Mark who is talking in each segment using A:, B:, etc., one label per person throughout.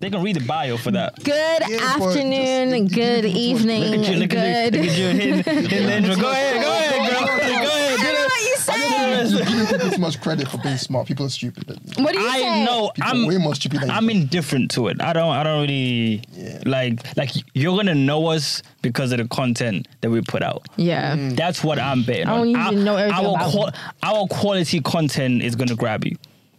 A: They can read the bio for that.
B: Good
C: Yeah, but
B: afternoon,
C: just-
B: good evening,
A: Look at you, look at
B: Mm,
A: you,
B: good.
A: look at you. Hidden, hidden intro. Go ahead, go ahead, girl. Go ahead. Do
B: What
A: this.
B: you say?
A: Do this.
C: You don't give people too much credit for being smart. People are stupid. People
B: What do you say?
A: I know.
C: are way
A: I'm.
C: more stupid than you
A: I'm
C: think.
A: indifferent to it. I don't. I don't really
C: Yeah.
A: like. Like you're gonna know us because of the content that we put out.
B: Yeah.
A: That's what I'm betting.
B: I
A: on.
B: don't need
A: Our-
B: to know everything
A: Our,
B: about
A: qual- our quality content is gonna grab you,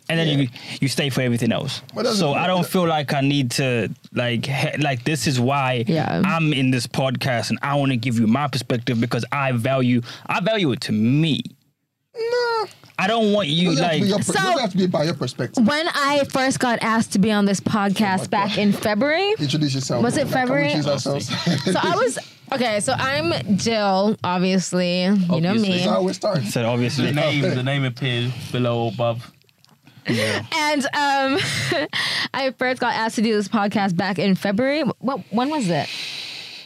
A: and then you you stay for everything else.
C: Well, that's-
A: so I don't feel like I need to like he- like this is why
B: Yeah.
A: I'm in this podcast and I want to give you my perspective because I value I value it to me. I don't want you
C: It doesn't have
A: like
C: to be your,
B: So-
C: it doesn't have to be by your perspective.
B: When I first got asked to be on this
A: Oh
B: podcast back in February,
C: Introduce yourself.
B: Was it
C: Like, can we
B: February?
C: choose ourselves?
B: so I was okay. So I'm Jill, obviously. You know
A: Obviously.
B: me.
C: That's how we're starting.
A: said obviously
D: The name, the name appears below or above.
B: And um, I first got asked to do this podcast back in February. What? When was it?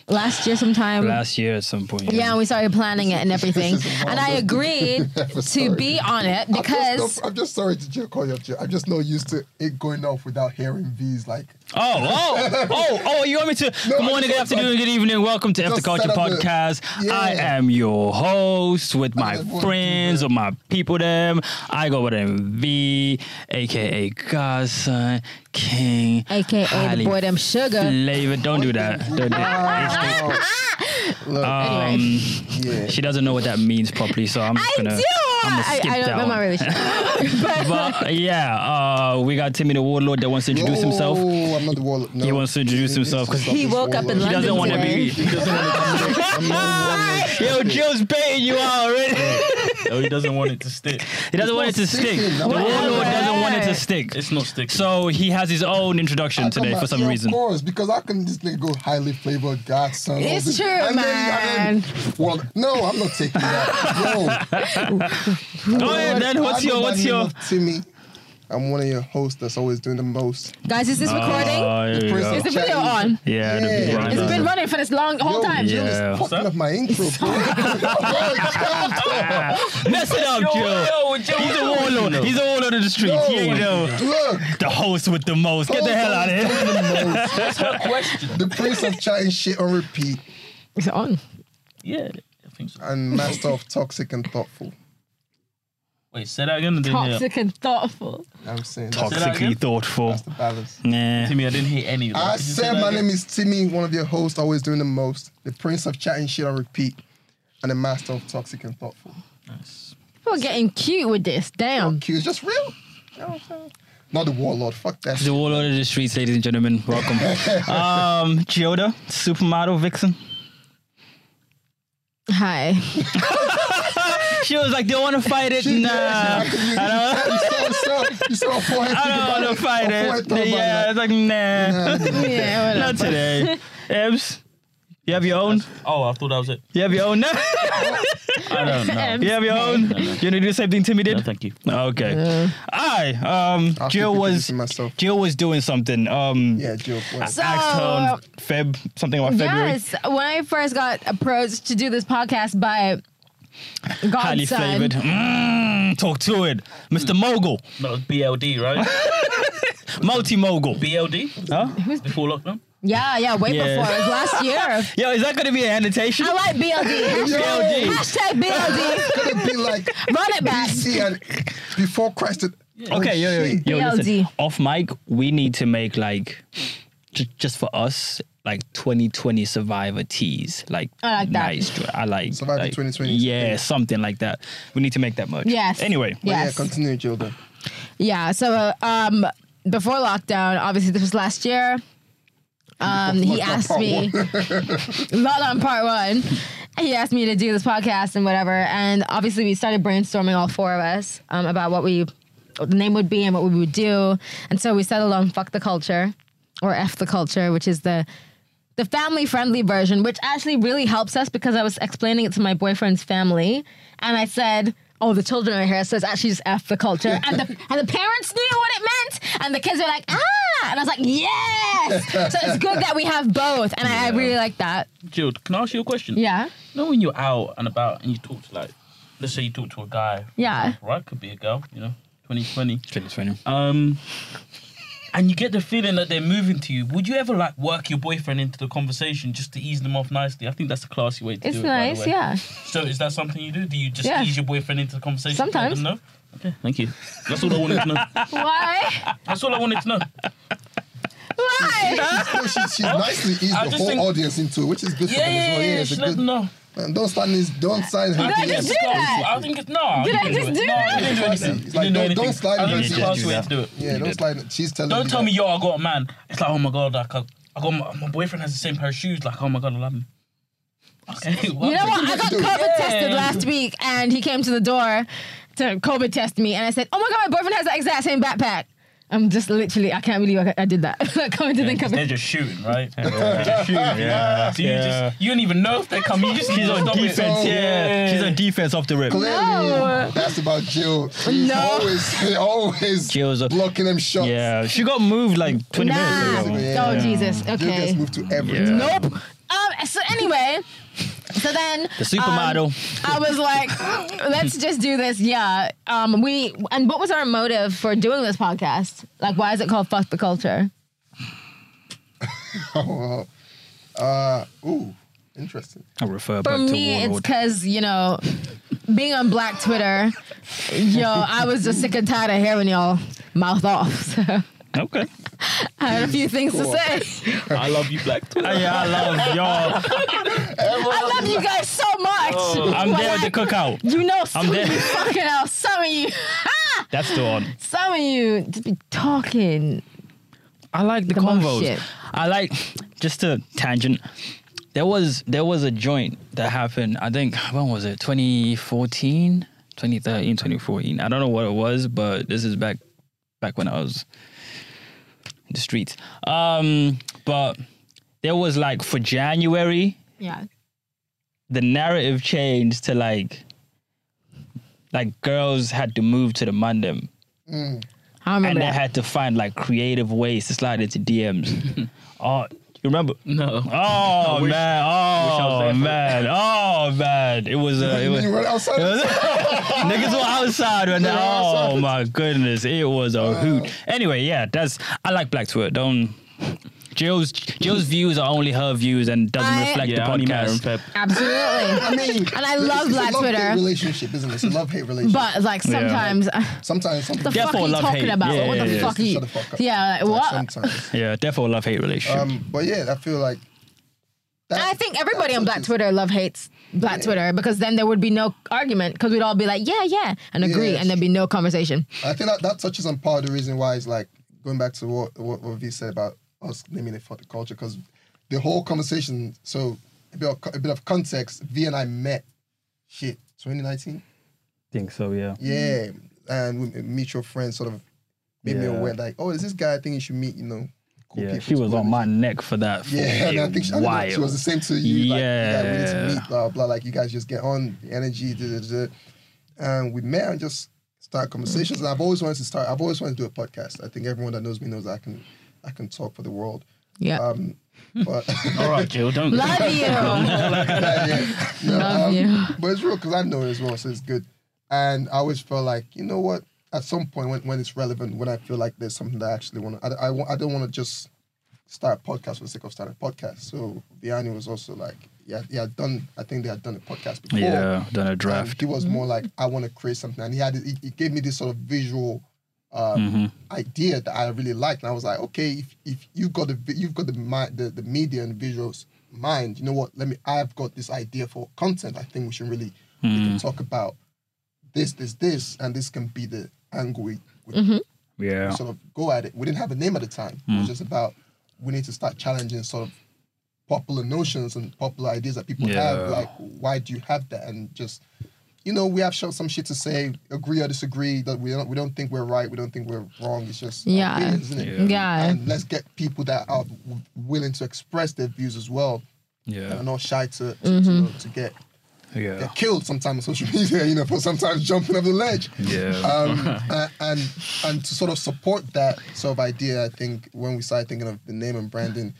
B: Last year, sometime.
A: last year at some point.
B: yeah, and we started planning it and everything.
C: this is
B: And I
C: wild.
B: agreed to
C: Sorry.
B: be on it
C: I'm just
B: because
C: not- I'm just sorry to joke call you up, Jill. I'm just not used to it going off without hearing V's like.
A: Oh, oh, oh, oh, you want me to?
C: No,
A: good
C: I
A: morning, good
C: just-
A: afternoon, good evening. Welcome to After
C: Just
A: Culture
C: set up the-
A: Podcast. I
C: Yeah.
A: am your host with my
C: just want to
A: friends
C: do
A: or my people, them. I go with MV, aka Godson, uh, King,
B: AKA
A: Highly
B: the boy them sugar.
A: Flavor. Don't do that. Don't do that.
C: Wow. Look,
A: Um,
C: yeah.
A: she doesn't know what that means properly, so I'm just
B: I
A: gonna.
B: do.
A: I'm gonna
B: I,
A: skip
B: I don't,
A: that
B: I'm
A: one.
B: not really sure.
A: But yeah, uh, we got Timmy the Warlord that wants to introduce himself.
C: Oh, I'm not the warlord. No.
A: He wants to introduce himself 'cause
C: Stop
B: he
C: this
B: woke up in
C: warlord.
A: He doesn't
B: London
A: want to
B: today.
A: be.
C: He doesn't want to come here. I'm not
A: Yo, Jill's baiting you out already.
D: Oh, he doesn't want it to stick.
A: He doesn't want it to stick.
C: sticking.
A: The
C: No,
A: warlord
B: whatever.
A: doesn't want it to stick.
D: It's not sticking.
A: So he has his own
C: I
A: introduction
C: come
A: today
C: back,
A: for some
C: yeah,
A: reason.
C: Of course, because how can this nigga go highly flavored godson? all
B: It's
C: this-
B: true,
C: Then, and then, well, no, I'm not taking that. No.
A: Go ahead, then. What's
C: I go
A: your,
C: by
A: what's
C: the name
A: your?
C: of Timmy. I'm one of your hosts that's always doing the most.
B: Guys, is this recording?
A: Oh, here we
C: Prison
A: go.
B: is the video
C: chatting.
B: on?
A: Yeah, the
C: Yeah.
A: video.
C: It's
B: It's been running for this long whole
C: Yo,
B: time.
C: Jill is
A: Yeah.
C: fucking up my intro, bro.
A: Mess it up, Jill. He's a warlord. He's a warlord of the streets. He ain't no
C: Look,
A: the host with the most. Get the hell out of here.
C: here.
D: That's my question.
C: The prince of chatting shit on repeat
B: Is it on?
D: Yeah, I think so.
C: and master of toxic and thoughtful.
D: Wait, say that again. I didn't hear.
B: Toxic and thoughtful.
C: I'm saying that's,
D: Say that
A: Toxically
D: again?
A: thoughtful.
C: that's the balance.
A: Nah.
D: Timmy, I didn't hear any of that.
C: I
D: Could you
C: said
D: say that
C: my
D: again?
C: name is Timmy, one of your hosts, always doing the most. The prince of chatting shit on repeat and the master of toxic and thoughtful.
B: People are getting cute with this. Damn.
C: Q is just real. You know what I'm saying? Not the warlord. Fuck that.
A: The
C: shit.
A: warlord of the streets, ladies and gentlemen. Welcome. um, Gioda, supermodel vixen.
B: Hi.
A: She was like, "Don't want to fight it."
C: She-
A: nah,
C: yeah, she-
A: I don't.
C: You saw, you saw, you saw her forehead.
A: I
C: think
A: don't
C: about
A: want to fight
C: Her
A: it.
C: forehead thought about
A: Yeah, it's
C: that.
A: like nah,
B: yeah, whatever.
A: not today. Ebs, you have your own.
D: Oh, I thought that was it.
A: You have your own. No,
D: I don't know.
B: Um,
A: you have your own. You want to do the same thing Timmy
D: No,
A: did?
D: thank you.
A: Okay. I um,
C: I'll
A: Jill
C: keep
A: was
C: introducing myself.
A: Jill was doing something. Um,
C: Yeah, Jill. go on.
B: So,
A: asked her on Feb something about February.
B: yes, when I first got approached to do this podcast by
A: Highly flavored.
B: Godson,
A: Mm, talk to it, Mr. Mogul,
D: No, it's BLD, right?
A: multi mogul.
D: BLD
A: Huh?
D: before lockdown.
B: yeah, yeah, way
A: Yeah.
B: before it was last year.
A: Yo, is that gonna be an annotation?
B: I like BLD.
A: BLD.
B: Hashtag BLD.
C: Could it be like
B: Run it back.
C: BC and before Christ? it- oh,
A: Okay, yo, yo,
C: shit.
A: yo, yo, listen.
B: BLD.
A: Off mic, we need to make like j- just for us like 2020 Survivor teas. Like
B: I like that.
A: Nice, dr- I like
C: Survivor
A: like,
C: 2020.
A: Yeah, something like that. We need to make that merch.
B: Yes.
A: Anyway.
C: But
B: Yes.
C: Yeah, continue, Jill. Then.
B: Yeah. So uh, um, before lockdown, obviously this was last year. Um, he
C: Lockdown
B: asked
C: part
B: me lockdown part one. He asked me to do this podcast and whatever. And obviously we started brainstorming all four of us um, about what we what the name would be and what we would do. And so we settled on fuck the culture or f the culture, which is the the family friendly version, which actually really helps us because I was explaining it to my boyfriend's family and I said, Oh, the children are here, so it's actually just F the culture. And the, and the parents knew what it meant, and the kids were like, Ah! And I was like, Yes! So it's good that we have both, and I, I really like that.
D: Jill, can I ask you a question?
B: Yeah.
D: You know when you're out and about and you talk to like, let's say you talk to a guy,
B: Yeah.
A: Um,
D: right? Could be a girl, you know, 2020.
A: 2020.
D: Um, and you get the feeling that they're moving to you. Would you ever like work your boyfriend into the conversation just to ease them off nicely? I think that's a classy way to
B: It's
D: do it. by the
B: nice,
D: way.
B: yeah.
D: So is that something you do? Do you just
B: Yeah.
D: ease your boyfriend into the conversation? to let
B: Sometimes.
D: them know? Okay, thank you. That's all I wanted to know.
B: Why?
D: That's all I wanted to know.
B: Why?
C: So she, she nicely eased
D: Oh. I
C: the
D: just
C: whole
D: think-
C: audience into it, which is good for
D: Yeah,
C: them as
D: yeah,
C: well.
D: yeah.
C: Yeah,
D: yeah.
C: it's a
D: She let
C: good.
D: them know.
C: Man, don't stand this. Don't sign her.
B: I
C: hand.
B: think it's
C: It's
D: it's
B: do that?
D: classy. I think it's no.
B: Did I
D: didn't do
B: just
D: it.
B: do
D: no,
B: that?
D: I didn't do anything.
C: It's
D: You
C: like,
D: didn't
C: don't-
D: anything.
C: don't slide
D: I
C: into
D: think
A: it.
D: it's
A: Yeah,
D: classy
A: do
D: way
A: that.
D: to do it.
C: Yeah, don't slide. She's telling.
D: Don't
C: you
D: tell
C: that.
D: me, yo, I got a man. It's like, oh my god, like I, I got my, my boyfriend has the same pair of shoes. Like, oh my god, I love him. Okay, well,
B: You know what? I got
C: Dude.
B: COVID
D: Yeah.
B: tested last week, and he came to the door to COVID test me, and I said, "Oh my god, my boyfriend has the exact same backpack." I'm just literally, I can't believe I, I did that. like, coming to think of
D: They're
B: it,
D: just shooting, right?
A: Yeah. yeah.
D: So you just you don't even know if they come. You just
A: She's on
D: stop it.
A: defense. Yeah. She's on defense off the rip.
C: Clearly,
B: No.
C: that's about Jill. She's
B: No.
C: always, always
A: Jill's a-
C: blocking them shots.
A: Yeah. She got moved like 20
B: nah.
A: minutes ago.
B: Oh
C: ago. Yeah.
B: Jesus.
C: Jill
B: Okay.
C: gets moved to everything.
A: Yeah.
B: Nope. Um, so anyway, so then
A: The supermodel.
B: um, I was like, let's just do this. Yeah. Um, we and what was our motive for doing this podcast? Like, why is it called Fuck the Culture?
C: Oh, wow. uh, ooh, interesting.
A: I refer
B: For
A: back to
B: me, it's
A: Warlord.
B: because you know, being on Black Twitter, yo, I was just sick and tired of hearing y'all mouth off. So
A: okay.
B: I had a few things to
C: Cool.
B: say.
D: I love you, Black. Twitter.
A: yeah, I love y'all.
B: I love you guys so much.
A: Oh, I'm
B: But
A: there at the
B: like,
A: cookout.
B: You know, some of
A: there.
B: you fucking hell, some of you.
A: That's still on.
B: Some of you just be talking.
A: I like the,
B: The most shit.
A: convos. I like just a tangent. There was there was a joint that happened. I think when was it? 2014, 2013, 2014. I don't know what it was, but this is back back when I was in the streets. Um, but there was like for January,
B: Yeah.
A: the narrative changed to like like girls had to move to the mandem
B: I remember
A: and they
B: that.
A: had to find like creative ways to slide into DMs. oh, you remember?
D: No.
A: Oh
D: wish-
A: man!
D: I was there
A: Oh
D: for
A: man! Oh man! It was uh, it was
C: You were outside.
A: niggas were outside and
C: They were outside.
A: oh my goodness, it was a hoot. Anyway, yeah, that's I like Black Twitter. Don't Jill's Jill's views are only her views and doesn't
B: I-
A: reflect
D: Yeah, I
A: the
D: only met her in
A: podcast.
D: Feb.
B: Absolutely.
C: I mean,
B: And I love
C: it's,
B: Black
C: it's a love-hate
B: Twitter.
C: relationship, isn't it? It's a love hate relationship.
B: But like
A: Yeah.
B: sometimes, uh,
C: sometimes,
B: the
C: sometimes.
A: Yeah,
B: fuck
A: for
B: are you
A: love,
B: talking
A: hate.
B: about?
A: Yeah,
B: what the
A: yeah, yeah.
B: fuck are you?
C: Shut the fuck up.
B: Yeah, like,
C: Like,
B: what?
C: Sometimes.
A: Yeah, definitely love hate relationship.
C: Um, but yeah, I feel like.
B: And I think everybody on Black
C: Twitter.
B: Twitter love hates Black
C: Yeah.
B: Twitter because then there would be no argument because we'd all be like, yeah, yeah, and agree,
C: Yeah.
B: and there'd be no conversation.
C: I think that, that touches on part of the reason why it's like going back to what what, what V said about us naming it for the culture because the whole conversation. So a bit of, a bit of context. V and I met, shit, 2019.
A: think so, yeah.
C: Yeah, and we, a mutual friend sort of made me
A: Yeah.
C: aware like, oh, is this guy I think you should meet? You know, cool
A: yeah,
C: people,
A: she was
C: cool
A: on my neck for that. For
C: yeah, and
A: a
C: I think she, I
A: while.
C: think she was the same to you. Like, yeah, we need to
A: Yeah.
C: meet, blah, blah. Like, you guys just get on, the energy, da, da, da. And we met and just start conversations. And I've always wanted to start, I've always wanted to do a podcast. I think everyone that knows me knows I can I can talk for the world.
B: Yeah,
C: Um, but,
D: All right, Jill. Don't.
B: love you,
C: yeah, no,
B: love
C: um,
B: you.
C: but it's real because I know it as well, so it's good. And I always feel like, you know what? At some point, when, when it's relevant, when I feel like there's something that I actually want to, I, I, wa- I don't want to just start a podcast for the sake of starting a podcast. So Vianney was also like, yeah, yeah, done. I think they had done a podcast before.
A: Yeah, done a
C: And
A: draft.
C: he was more like, I want to create something, and he had, he, he gave me this sort of visual um, idea that I really liked, and I was like, okay, if, if you've got the vi- you've got the, mi- the the media and visuals mind, you know what? Let me. I've got this idea for content. I think we should really we can talk about this, this, this, and this can be the angle we, we Um,
A: Yeah. Mm.
C: sort of go at it. We didn't have a name at the time. It was just about we need to start challenging sort of popular notions and popular ideas that people
A: Yeah.
C: have. Like, why do you have that? And just you know, we have sh- some shit to say, agree or disagree. That we don't we don't think we're right. We don't think we're wrong. It's just our
B: Yeah.
C: opinions, isn't it?
B: Yeah.
C: And let's get people that are w- willing to express their views as well, and are
A: Yeah.
C: not shy to to, to, to get
A: Yeah.
C: get killed sometimes on social media, you know, for sometimes jumping off the ledge.
A: Yeah.
C: Um, a- and and to sort of support that sort of idea, I think when we started thinking of the name and branding,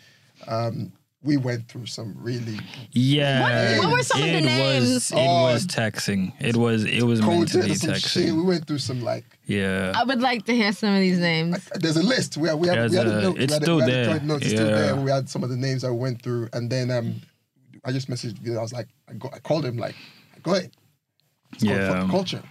C: um, we went through some really
A: Yeah.
B: What- what were some of the
A: it
B: names?
A: Was, it
C: Oh.
A: was taxing. It was it was meant to be
C: projects, some shit. We
A: taxing.
C: went through some like
A: Yeah.
B: I would like to hear some of these names.
C: there's a list where we had, we had
A: There's
C: a
A: a-
C: note. we
A: it's
C: had a-
A: still
C: we had
A: there.
C: A joint note, it's still
A: Yeah.
C: there. We had some of the names I went through, and then um, I just messaged. You know, I was like, I, got, I called him like, I got it. It's called
A: Yeah.
C: fucking culture.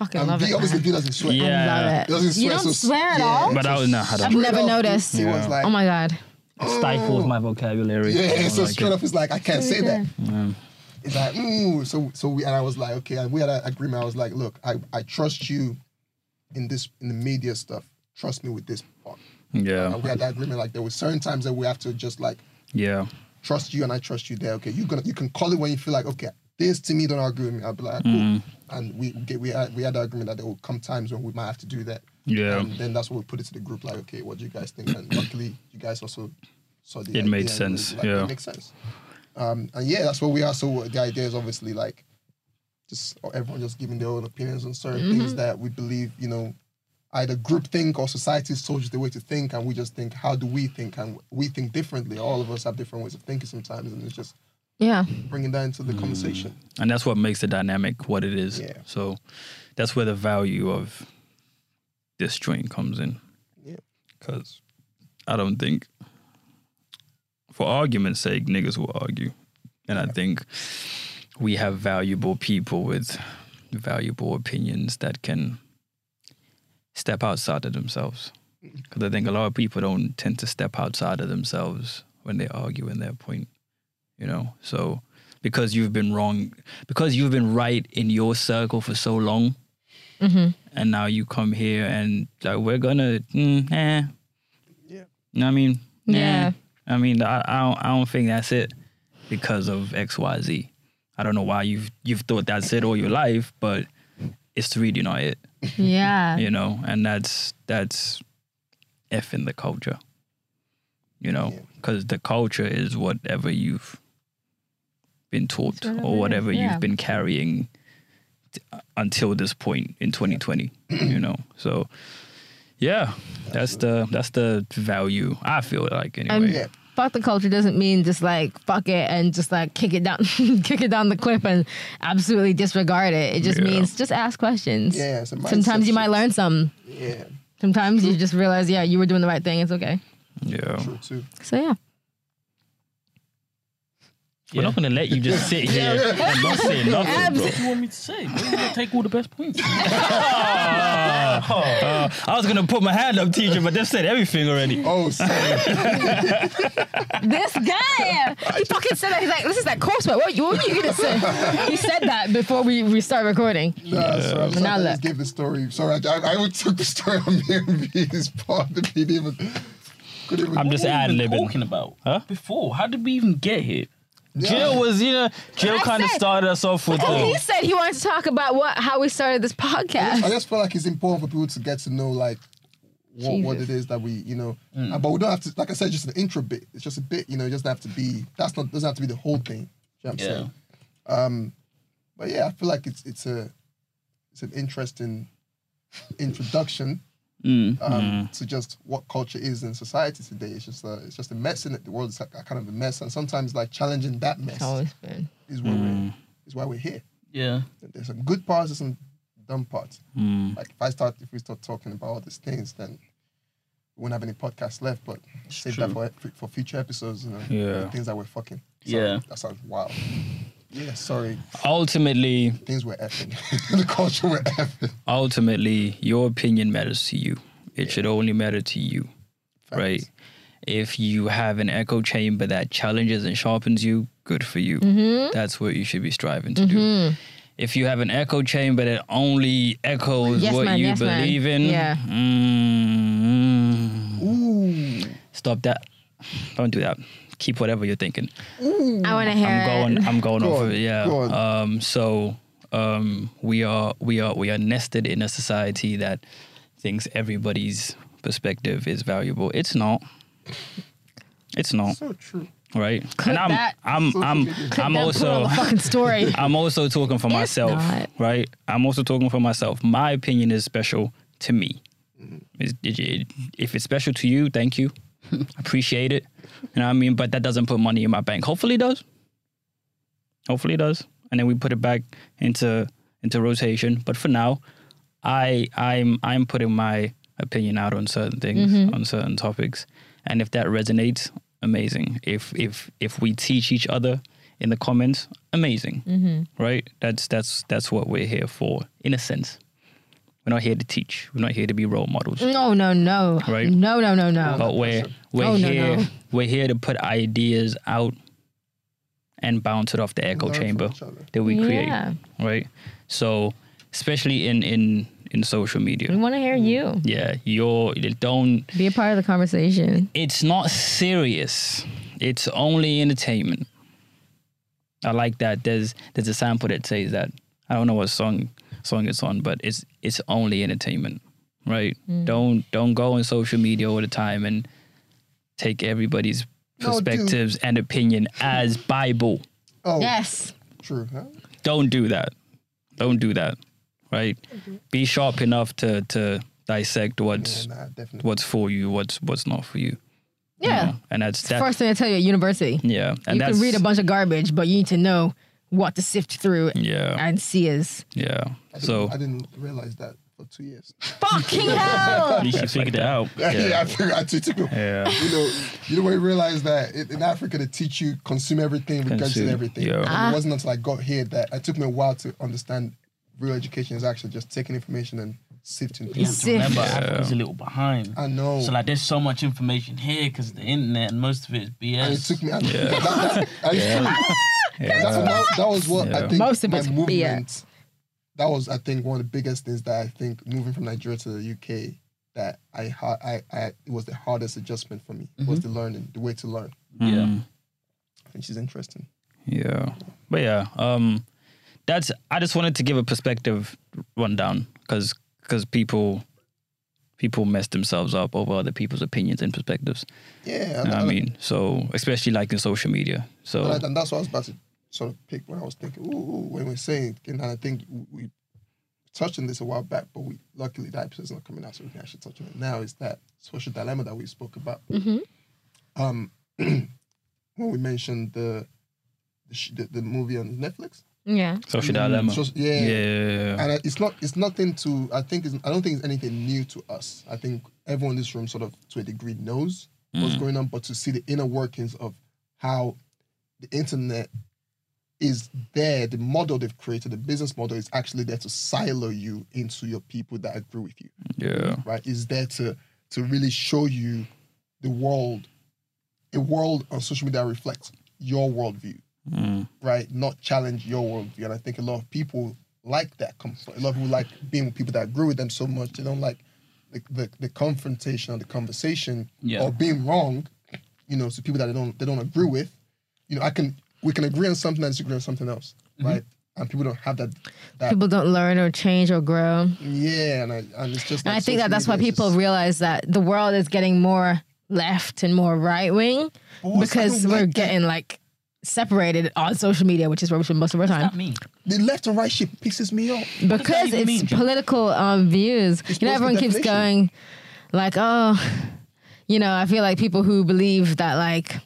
B: Fucking
C: And
B: love
C: V
B: it.
C: obviously
B: man.
C: V doesn't swear.
A: Yeah.
B: I love it.
C: He doesn't swear.
B: you don't
C: so,
B: swear at
C: yeah,
B: all?
A: But I was not- I don't-
B: I've never
C: Straight up,
B: noticed.
C: He was
A: Yeah.
C: like,
B: Oh my god.
A: Stifles my vocabulary. I
C: Yeah,
A: don't
C: so
A: like
C: straight
A: it.
C: up, it's like I can't say that.
A: Mm.
C: It's like, ooh, so so we and I was like, okay, and we had an agreement. I was like, look, I, I trust you in this in the media stuff. Trust me with this part.
A: Yeah.
C: And we had that agreement. Like there were certain times that we have to just like
A: Yeah.
C: trust you and I trust you there. Okay, you gonna you can call it when you feel like okay, this to me don't argue with me. I'll be like, cool.
A: Mm-hmm.
C: And we get we had we had the agreement that there will come times when we might have to do that.
A: Yeah.
C: And then that's what we put it to the group. Like, okay, what do you guys think? And luckily, you guys also saw the.
A: It
C: idea
A: made
C: and
A: sense,
C: like,
A: yeah.
C: It makes sense. Um, and yeah, that's what we are. So the idea is obviously like, just everyone just giving their own opinions on certain
B: Mm-hmm.
C: things that we believe, you know, either group think or society has told you the way to think, and we just think, how do we think? And we think differently. All of us have different ways of thinking sometimes, and it's just
B: Yeah.
C: bringing that into
A: Mm.
C: the conversation.
A: and that's what makes the dynamic what it is.
C: Yeah.
A: So that's where the value of this joint comes in.
C: Yeah.
A: Because I don't think, for argument's sake, niggas will argue, and I think we have valuable people with valuable opinions that can step outside of themselves. Because I think a lot of people don't tend to step outside of themselves when they argue in their point. You know, so because you've been wrong because you've been right in your circle for so long and now you come here and like we're gonna mm, eh.
C: Yeah.
A: i mean eh.
B: Yeah.
A: i mean I, I, don't, I don't think that's it because of xyz i don't know why you've you've thought that's it all your life but it's really not it
B: Yeah.
A: you know and that's that's f in the culture you know
C: Yeah.
A: because the culture is whatever you've been taught
B: It's whatever it
A: or
B: is,
A: whatever
B: yeah.
A: you've been carrying t- until this point in 2020 you know so yeah that's the that's the value i feel like
B: And
A: anyway
C: yeah.
B: fuck the culture doesn't mean just like fuck it and just like kick it down, kick it down the cliff and absolutely disregard it. It just
A: Yeah.
B: means just ask questions.
C: Yeah, it's a mindset
B: Sometimes you
C: shift.
B: might learn some.
C: Yeah,
B: Sometimes you just realize, yeah, you were doing the right thing. It's okay.
A: yeah
C: true too.
B: So yeah.
A: we're not gonna let you just sit here and not say nothing bro.
D: What do you want me to say? We're gonna take all the best points.
A: Uh, i was gonna put my hand up teacher but they've said everything already
C: Oh, sorry.
B: this guy, he fucking said that. He's like, this is that coursework. What, what were you gonna say? He said that before we, we start recording.
C: Nah, so I'm sorry,
B: Now
C: I
B: look.
C: just gave the story. Sorry, I, I, I took the story on me and V's part. He didn't even. Couldn't even.
A: i'm just
D: What are we
A: ad-libbing
D: even talking about?
A: Huh?
D: Before, how did we even get here?
A: Jill was, you know, Jill
B: I
A: kind of
B: said-
A: started us off with
B: And he
A: the.
B: said he wanted to talk about what how we started this
C: I
B: podcast.
C: just feel like it's important for people to get to know like what, what
B: Jesus.
C: it is that we you know, uh, but we don't have to like I said, just an intro bit. It's just a bit, you know. It doesn't have to be. That's not doesn't have to be the whole thing. You know what I'm
D: Yeah.
C: saying. Um, but yeah, I feel like it's it's a it's an interesting introduction um, to just what culture is in society today. It's just a it's just a mess in it. The world is like a kind of a mess, and sometimes like challenging that mess
B: It's always been.
C: is what we're is why we're here
D: Yeah.
C: there's some good parts there's some dumb parts.
A: Hmm.
C: Like if I start if we start talking about all these things, then we won't have any podcasts left. But save that for for future episodes, you know,
A: Yeah.
C: the things that we're fucking.
D: Yeah.
C: that sounds wild. Yeah, sorry,
A: Ultimately,
C: things were effing. the culture were effing.
A: ultimately, your opinion matters to you. It should only matter to you, right? If you have an echo chamber that challenges and sharpens you, good for you.
B: Mm-hmm.
A: That's what you should be striving to do. If you have an echo chamber that only echoes
B: Yes,
A: what
B: man,
A: you
B: yes, man.
A: believe in,
B: Yeah.
A: mm,
C: Ooh,
A: stop that. Don't do that. Keep whatever you're thinking.
B: I want to hear
A: I'm
B: it.
A: going. I'm going
C: Go
A: off
C: on,
A: of it. Yeah.
C: go on.
A: Um. So, um, we are we are we are nested in a society that thinks everybody's perspective is valuable. It's not. It's not
C: so true.
A: right.
B: Clip
A: and I'm
B: that.
A: I'm I'm
B: Click
A: I'm
B: that, put it on
A: also
B: the fucking story.
A: I'm also talking for myself,
B: not.
A: right? I'm also talking for myself. My opinion is special
C: Mm-hmm.
A: to me. It's- it- it- if it's special to you, thank you. Appreciate it. You know what I mean? But that doesn't put money in my bank. Hopefully it does. Hopefully it does. And then we put it back into into rotation. But for now, I I'm I'm putting my opinion out on certain things,
B: Mm-hmm.
A: on certain topics. And if that resonates, amazing. If if if we teach each other in the comments, amazing.
B: Mm-hmm.
A: Right? That's that's that's what we're here for, in a sense. We're not here to teach. We're not here to be role models
B: No, no, no.
A: Right.
B: No, no, no, no.
A: but we're we're
B: Oh, no,
A: here
B: no.
A: we're here to put ideas out and bounce it off the echo
C: Learn from
A: chamber
C: each other.
A: that we
B: Yeah.
A: create right so especially in in in social
B: we
A: media
B: want to hear you.
A: yeah you're you don't
B: Be a part of the conversation.
A: it's not serious it's only entertainment i like that there's there's a sample that says that i don't know what song song it's on but it's it's only entertainment right don't don't go on social media all the time and take everybody's
C: No, dude.
A: perspectives and opinion as bible
C: Oh,
B: Yes.
C: true. Huh?
A: don't do that don't do that right
B: Mm-hmm.
A: be sharp enough to to dissect
C: Yeah,
A: what's
C: nah, definitely.
A: what's for you what's what's not for you you
B: Yeah.
A: know? and that's that's
B: First thing I tell you at university.
A: yeah, and
B: you
A: that's
B: can read a bunch of garbage, but you need to know what to sift through
A: yeah,
B: and see is
A: yeah.
C: I didn't-
A: So
C: I didn't realize that for two years.
B: fucking hell.
E: At least you figured it out.
C: Yeah,
A: Yeah.
C: I figured I took it.
A: yeah,
C: You know, you know, when you realize that in in Africa they teach you consume everything, regards
A: Consume,
C: to everything.
A: yeah.
C: And
B: Ah.
C: It wasn't until I got here that it took me a while to understand real education is actually just taking information and sifting through.
B: Yeah.
C: it.
B: Sift.
D: Remember,
A: Yeah.
D: Africa's a little behind.
C: I know.
D: So like, there's so much information here because the internet, and most of it is
C: and it
D: BS.
C: took me. And
A: Yeah.
C: that, that, I used to- That's
A: yeah,
C: that, that was what
A: Yeah.
C: I think
B: Most of
C: my
B: it's
C: movement.
B: BS.
C: That was I think one of the biggest things that I think moving from Nigeria to the UK that I ha- I, I it was the hardest adjustment for me was the learning the way to learn
A: yeah,
C: which is interesting.
A: Mm. yeah. But yeah, um, that's. I just wanted to give a perspective rundown because because people people mess themselves up over other people's opinions and perspectives.
C: Yeah,
A: You know what I mean, so especially like in social media. So
C: and, I- and that's what I was about to sort of pick when I was thinking. Ooh, ooh, when we're saying, and I think we touched on this a while back, but we luckily that episode's not coming out, so we can actually touch on it now. Is that social dilemma that we spoke about? Um, when we mentioned the the, sh- the the movie on Netflix,
B: yeah.
A: social dilemma.
C: Mm, So-
A: yeah,
C: yeah,
A: yeah,
C: and I- it's not it's nothing to I think it's, I don't think it's anything new to us. I think everyone in this room sort of to a degree knows what's going on, but to see the inner workings of how the internet is there, the model they've created, the business model is actually there to silo you into your people that agree with you,
A: yeah,
C: right? Is there to to really show you the world, a world on social media that reflects your worldview
A: Mm.
C: right? Not challenge your worldview. And I think a lot of people like that comfort. A lot of people like being with people that agree with them so much. They don't like the, the, the confrontation or the conversation
D: Yeah.
C: or being wrong, you know, to people that they don't they don't agree with. You know, I can we can agree on something and disagree on something else. Right. And people don't have that that
B: People don't learn or change or grow.
C: yeah, and I and it's just
B: And
C: like
B: I think that
C: social
B: that's why
C: media is
B: people
C: just-
B: realize that the world is getting more left and more right wing
C: But what's- I
B: because
C: don't
B: we're
C: like that.
B: getting like separated on social media, which is where we spend most of our time.
D: Not me.
C: the left and right shit pisses me off.
D: that
B: because
D: even
B: it's
D: mean, Jen?
B: political um, views. you know,
C: what's the
B: everyone keeps
C: definition?
B: going like, oh, you know, I feel like people who believe that like.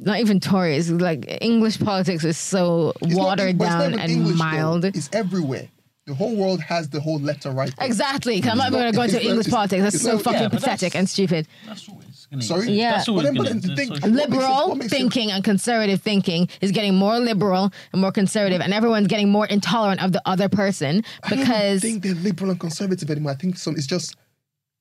B: Not even Tories. Like English politics is so
C: It's not-
B: watered
C: but it's not
B: down
C: even
B: and
C: English, though.
B: mild.
C: It's everywhere. The whole world has the whole left and right. thing.
B: Exactly. 'cause I'm not even going to go into
C: It's not-
B: English
C: it's-
B: politics. That's
C: it's
B: so
C: not-
B: fucking
D: yeah, but that's-
B: pathetic and stupid.
D: That's always gonna
C: Sorry?
B: Yeah.
D: That's
C: But
D: always
C: then-
D: gonna
C: but then the thing-
D: social-
C: What makes it-
B: liberal
C: what makes it-
B: thinking and conservative thinking is getting more liberal and more conservative, and everyone's getting more intolerant of the other person because
C: I don't even think they're liberal and conservative anymore. I think some it's just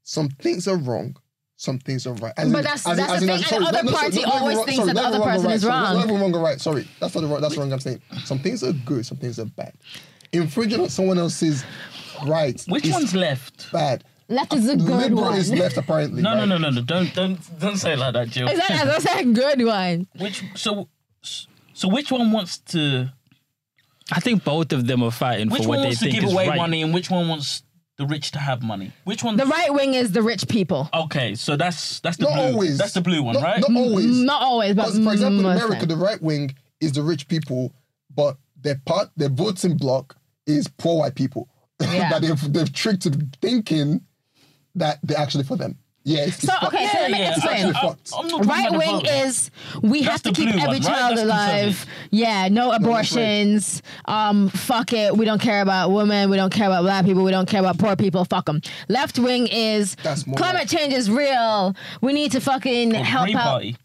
C: some things are wrong, some things are right. As
B: But that's- that's the thing, and
C: sorry,
B: the other
C: no, no, sorry,
B: party
C: not everyone-
B: always thinks that the
C: not
B: other
C: everyone
B: person
C: right,
B: is
C: sorry,
B: wrong.
C: Not everyone are right. Sorry, that's not the wrong. That's the wrong. I'm saying some things are good, some things are bad. Infringing on someone else's rights.
D: Which
C: is
D: one's left?
C: bad?
B: left is a good
C: liberal
B: one.
C: is left, apparently.
D: No,
C: right?
D: no, no, no, no. Don't, don't, don't say it like that, Jill.
B: Is that, that's a good one.
D: Which so, so which one wants to?
A: I think both of them are fighting
D: Which
A: for
D: one
A: what they
D: wants to
A: think
D: give
A: is
D: away
A: right.
D: money, and which one wants the rich to have money? Which one?
B: The right wing is the rich people.
D: Okay, so that's that's the
C: Not
D: blue.
C: always.
D: That's the blue one,
C: Not-
D: right?
C: Not always.
B: Not always, but
C: Because, for example, in
B: most
C: America,
B: times.
C: the right wing is the rich people, but their part, their voting block is poor white people
B: Yeah.
C: that they've, they've tricked to thinking that they're actually for them. Yeah, it's,
B: So,
C: it's fucked.
B: okay, so let me
D: Yeah, um,
B: explain.
D: I'm-
C: It's fucked.
D: I'm not talking
B: Right
D: about the
B: wing
D: vote.
B: is we
D: That's
B: have to
D: the
B: keep every
D: blue one, right?
B: child
D: That's
B: alive. Yeah, no abortions. Um, fuck it. We don't care about women. We don't care about black people. We don't care about poor people. Fuck them. Left wing is
C: That's more
B: climate
C: left.
B: change is real. We need to fucking
D: Or
B: help
D: Oh, Green
B: out.
D: Party.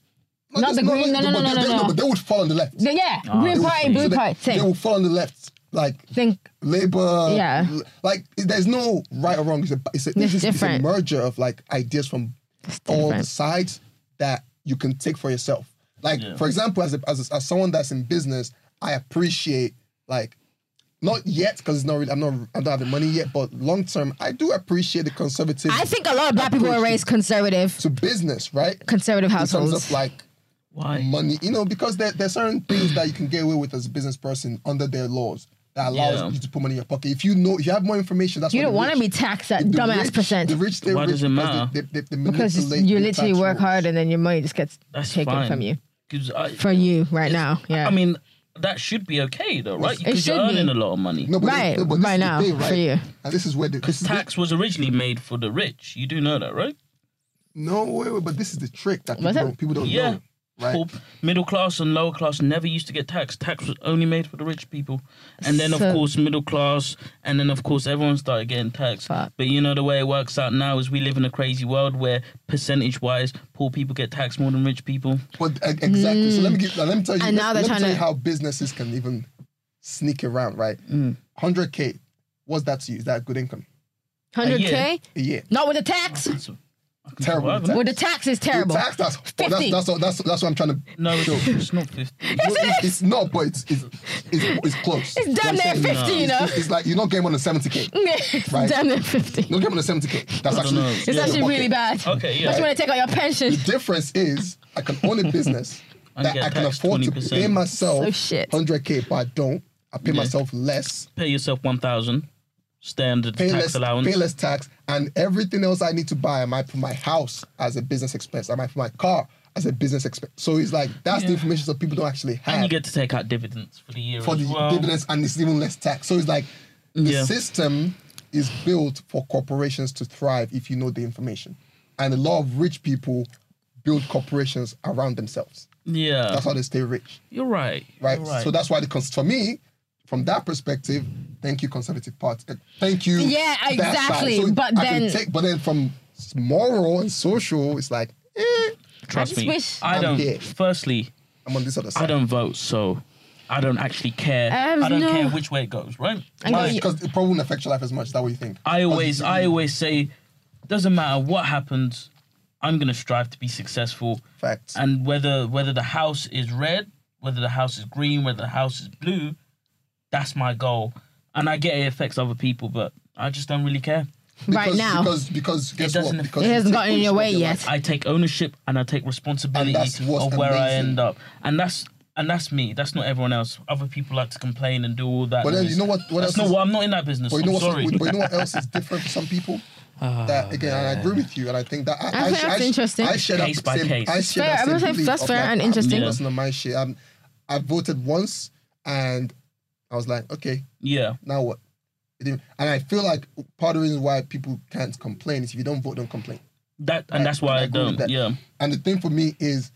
C: No,
B: Not
C: just-
B: the green- no, no, no,
C: but
B: no,
C: they-
B: no,
C: they-
B: no.
C: But they would fall on the left.
B: Then, yeah,
D: Ah,
C: They
B: Green
C: would-
B: Party, Blue
C: they-
B: Party.
C: They
B: Same.
C: will fall on the left, like
B: Think
C: labor.
B: Yeah.
C: l- like there's no right or wrong. It's a it's a, it's, a- it's a
B: different.
C: merger of like ideas from all the
B: different.
C: sides that you can take for yourself. Like
D: Yeah.
C: for example, as, a, as a- as someone that's in business, I appreciate like. Not yet, because it's not really. I'm not. I don't have the money yet. But long term, I do appreciate the conservative
B: I think a lot of black people were raised conservative,
C: to business, right?
B: conservative
C: in terms
B: households.
C: of like
D: Why?
C: money, you know, because there, there's certain things that you can get away with as a business person under their laws that allows
D: Yeah.
C: you to put money in your pocket. If you know, if you have more information, that's
B: You
C: why
B: don't
C: the
B: want to be
C: rich-
B: taxed at
C: the
B: dumbass
C: rich-
B: percent.
C: The rich, they
D: Why
C: rich
D: does it
C: because they,
D: matter?
C: they, they, they
B: because you,
C: manipulate
B: you
C: the
B: literally
C: tax
B: work
C: rules.
B: hard and then your money just gets
D: That's
B: taken
D: fine.
B: from you
D: 'Cause I-
B: for you right now yeah
D: I mean, that should be okay though, right?
B: It
D: Because you're
B: should be.
D: earning a lot of money.
C: No, but
B: Right,
C: no, but this
B: right
C: is the
B: now,
C: thing,
B: for you.
C: And this is where the this is the-
D: Tax was originally made for the rich. You do know that, right?
C: no, wait, wait, but this is the trick that people
B: Was it?
C: don't, people don't
D: Yeah.
C: know, right?
D: Poor- middle class and lower class never used to get taxed. Tax was only made for the rich people. And then,
B: So-
D: of course, middle class. And then, of course, everyone started getting taxed.
B: Fuck.
D: But you know, the way it works out now is we live in a crazy world where percentage wise, poor people get taxed more than rich people.
C: But e- exactly. So let me give, let me tell you.
B: Mm. And
C: let-
B: now they're
C: let me
B: trying
C: tell you
B: to-
C: how businesses can even sneak around, right?
D: Mm.
C: Hundred k. What's that to you? Is that good income?
B: 100k
C: A year.
B: not with the tax
D: So, I can
C: Terrible
D: survive.
C: tax.
B: with the tax is terrible
C: Tax, that's, oh,
B: 50.
C: that's, that's, all- that's, that's what I'm trying to.
D: No,
C: show.
D: it's, it's not 50.
C: No, it's, it's not, but it's, it's, it's, it's close.
B: It's damn
C: You
B: near
C: understand?
B: 50, you
C: It's-
B: know?
C: It's, it's like you're not getting on the 70K. You're
B: It's
C: Right.
B: damn near 50
C: not getting on the 70K. That's
D: I don't
C: actually,
D: know.
C: it's
B: it's
D: Yeah.
B: actually
C: a
B: really
C: bucket.
B: bad
D: Okay, yeah.
B: but you want to take out your pension
C: The difference is I can own a business
D: And
C: that
D: get
C: I can
D: taxed
C: afford to
D: 20%.
C: pay myself
B: So shit.
C: 100K, but I don't. I pay
D: Yeah.
C: myself less,
D: Pay yourself 1,000 standard
C: pay
D: tax
C: less,
D: allowance.
C: pay less tax, and everything else I need to buy. I might put my house as a business expense. I might put my car as a business expense. So it's like that's the
D: Yeah.
C: information that people don't actually have.
D: And you get to take out dividends for the year
C: for
D: as
C: the
D: well.
C: dividends and it's even less tax. So it's like the
D: Yeah.
C: system is built for corporations to thrive if you know the information. And a lot of rich people build corporations around themselves.
D: Yeah.
C: That's how they stay rich,
D: You're right.
C: right?
D: You're right.
C: So that's why the cons- for me, from that perspective, thank you Conservative Party. Uh, Thank you.
B: Yeah,
C: that side.
B: exactly.
C: So
B: But
C: I can
B: then-
C: take, but then from s- moral and social, it's like eh,
D: Trust
B: just
D: me.
B: wish-
D: I
C: I'm
D: don't.
C: here.
D: Firstly,
C: I'm on this other side.
D: I don't vote, so I don't actually care.
B: Um,
D: I don't
B: no.
D: care which way it goes, right?
B: And
D: Like,
B: you-
C: because it probably won't affect your life as much. Is that what you think?
D: I always,
C: you-
D: I always say, doesn't matter what happens, I'm gonna strive to be successful.
C: Facts.
D: And whether whether the house is red, whether the house is green, whether the house is blue, that's my goal. And I get it affects other people, but I just don't really care.
B: right
C: Because-
B: now
C: Because because guess
D: doesn't-
C: what? Because
B: it
C: you
B: hasn't
C: take
B: gotten in your
C: control
B: way
C: of
B: yet
C: life.
D: I take ownership and I take responsibility
C: And that's what's
D: of where I
C: amazing.
D: end up. And that's and that's me. That's not everyone else. Other people like to complain and do all that.
C: But then you know what? What else?
D: That's not
C: is,
D: what I'm not in that business.
C: but you know
D: I'm
C: what?
D: sorry. Uh,
C: But you know what else is different for some people? that again, and I agree with you, and I think that I,
B: I think
C: share-
B: that's
C: share-
B: interesting.
C: I share
D: Case
C: that
D: by
C: same,
D: case.
C: I share
B: Fair,
C: that
B: I
C: same
B: would say
C: belief
B: that's
C: of,
B: fair
C: like,
B: and
C: I'm
B: interesting.
C: the person on my shit. i I voted once, and I was like, okay,
D: yeah.
C: now what? It didn't- And I feel like part of the reason why people can't complain is if you don't vote, don't complain.
D: That and
C: Right,
D: that's why I,
C: agree with
D: don't.
C: that.
D: Yeah.
C: And the thing for me is,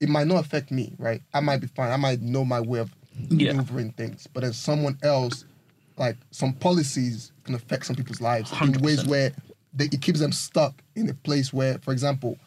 C: it might not affect me, right? I might be fine. I might know my way of
D: Yeah.
C: maneuvering things, but then someone else, like some policies, can affect some people's lives in
D: 100%.
C: ways where they, it keeps them stuck in a place where, for example,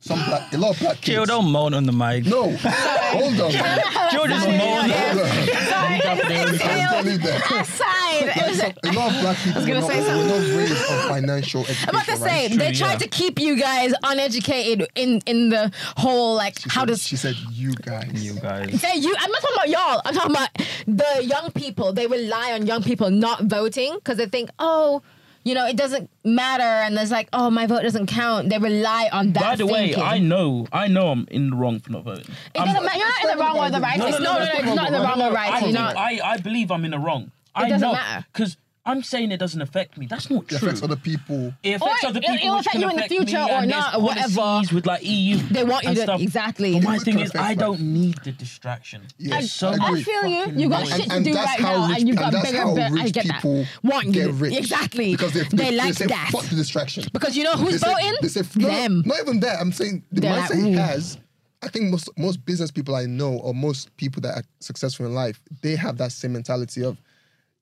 C: some black, a lot of black
A: Jill,
C: kids.
A: don't moan on the mic.
C: No, hold on. man.
A: Jill just moan.
C: Hold on.
B: Sorry.
C: Don't leave that. Like
B: Aside.
C: some, a lot of black people were
B: gonna
C: not,
B: say
C: were not raised on financial education.
B: I'm about to say
C: right?
B: they
D: True,
B: tried
D: yeah.
B: to keep you guys uneducated in in the whole like
C: She
B: how
C: said,
B: does
C: she said you guys?
A: You guys.
B: Say you. I'm not talking about y'all. I'm talking about the young people. They rely on young people not voting because they think, oh, you know, it doesn't matter, and there's like, oh, my vote doesn't count. They rely on that.
D: By the way,
B: thinking.
D: I know I know I'm in the wrong for not voting.
B: It doesn't matter. You're not in the wrong or the right.
C: No,
B: It's- No, no, no,
C: no,
B: it's not in the
C: no,
B: wrong or right.
D: I,
B: You're not.
D: I, I believe I'm in the wrong. It I
B: doesn't
D: know,
B: matter.
D: Because I'm saying it doesn't affect me. That's not
C: It
D: true.
C: affects other people.
D: It affects
B: Or
D: other
B: it-
D: people.
B: it'll
D: which
B: affect
D: can
B: you in the
D: affect me,
B: future or
D: and
B: not,
D: there's
B: or whatever.
D: policies With like EU,
B: They want you
D: and
B: to
D: stuff.
B: exactly.
D: But my
C: It
D: thing
C: can
D: is,
C: affect
D: I
C: life.
D: don't need the distraction.
C: Yes,
D: There's so
C: I
B: I
D: much
C: agree.
B: feel you.
D: fucking
B: You got
D: noise.
B: shit to
C: And
B: do
C: that's
B: right
C: how
B: now,
C: rich-
B: and you got
C: and that's
B: bigger.
C: how
B: and better- I
C: rich
B: get that.
C: people
B: Want
C: get
B: you
C: rich.
B: exactly
C: because they,
B: they, like
C: say,
B: that.
C: Fuck the distraction.
B: Because you know
C: They
B: who's
C: say-
B: voting?
C: They say f- no,
B: Them.
C: Not even that. I'm saying the
B: They're like,
C: mindset he
B: "Ooh."
C: has. I think most most business people I know, or most people that are successful in life, they have that same mentality of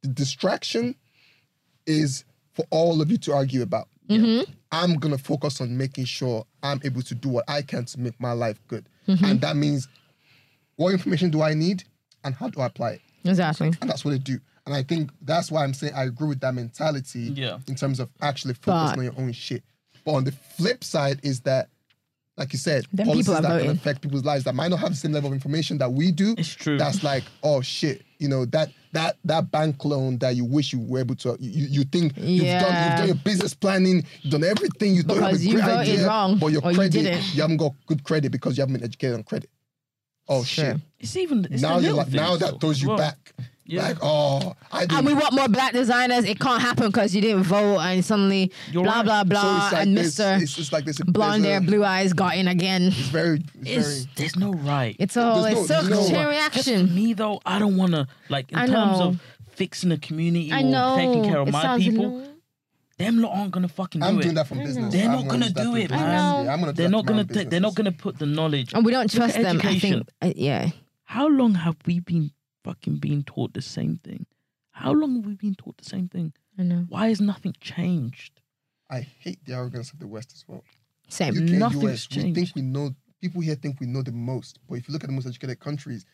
C: the distraction is for all of you to argue about.
B: Mm-hmm.
C: I'm gonna focus on making sure I'm able to do what I can to make my life good,
B: Mm-hmm.
C: and that means what information do I need and how do I apply it
B: Exactly.
C: and that's what they do. And I think that's why I'm saying I agree with that mentality
D: Yeah.
C: in terms of actually focusing
B: But-
C: on your own shit. But on the flip side is that, like you said,
B: Them
C: policies
B: people are
C: that can
B: voting.
C: affect people's lives that might not have the same level of information that we do.
D: It's true.
C: That's like, oh shit, you know that that that bank loan that you wish you were able to. You, you think you've done
B: Yeah.
C: you've done your business planning, you've done everything. You don't have a
B: Because
C: great
B: you voted
C: idea,
B: wrong,
C: but your
B: or you
C: credit
B: didn't.
C: haven't got good credit because you haven't been educated on credit. Oh
B: Sure.
C: shit!
D: It's even it's
C: now you're
D: the little
C: like now
D: things
C: that
D: though,
C: throws
D: as
C: you
D: well.
C: back.
D: Yeah.
C: Like oh, I didn't.
B: And we want more black designers. It can't happen because you didn't vote, and suddenly
D: You're
B: blah blah
D: right.
C: so
B: blah,
C: it's like
B: and
C: this,
B: Mister
C: It's just like this. there's
B: Blonde
C: a-
B: Hair Blue Eyes got in again.
C: It's very, it's
D: It's,
C: very.
D: there's no right.
B: It's a whole
C: There's
B: it's
C: no-
B: a
C: there's no-
B: chain
D: Just
B: reaction.
D: for me though, I don't want to like in
B: I
D: terms
B: know.
D: of fixing the community
B: I
D: or
B: know.
D: taking care of
B: it
D: my
B: sounds
D: people.
B: annoying.
D: Them lot aren't gonna fucking do
C: I'm
D: it.
C: doing that from business.
D: They're
C: I'm
D: not gonna
C: use that
D: do
C: for
D: it,
C: business.
B: man.
C: Yeah, I'm gonna do
D: they're
C: that
D: not
C: for my
D: gonna
C: own
D: take, they're not
C: businesses.
D: gonna put the knowledge.
B: And we don't
D: Look at
B: trust them. I
D: education.
B: think. Uh, yeah.
D: How long have we been fucking being taught the same thing? How long have we been taught the same thing?
B: I know.
D: Why has nothing changed?
C: I hate the arrogance of the West as well.
B: Same.
C: UK,
D: Nothing's
C: US, we think
D: changed.
C: we know. People here think we know the most, but if you look at the most educated countries,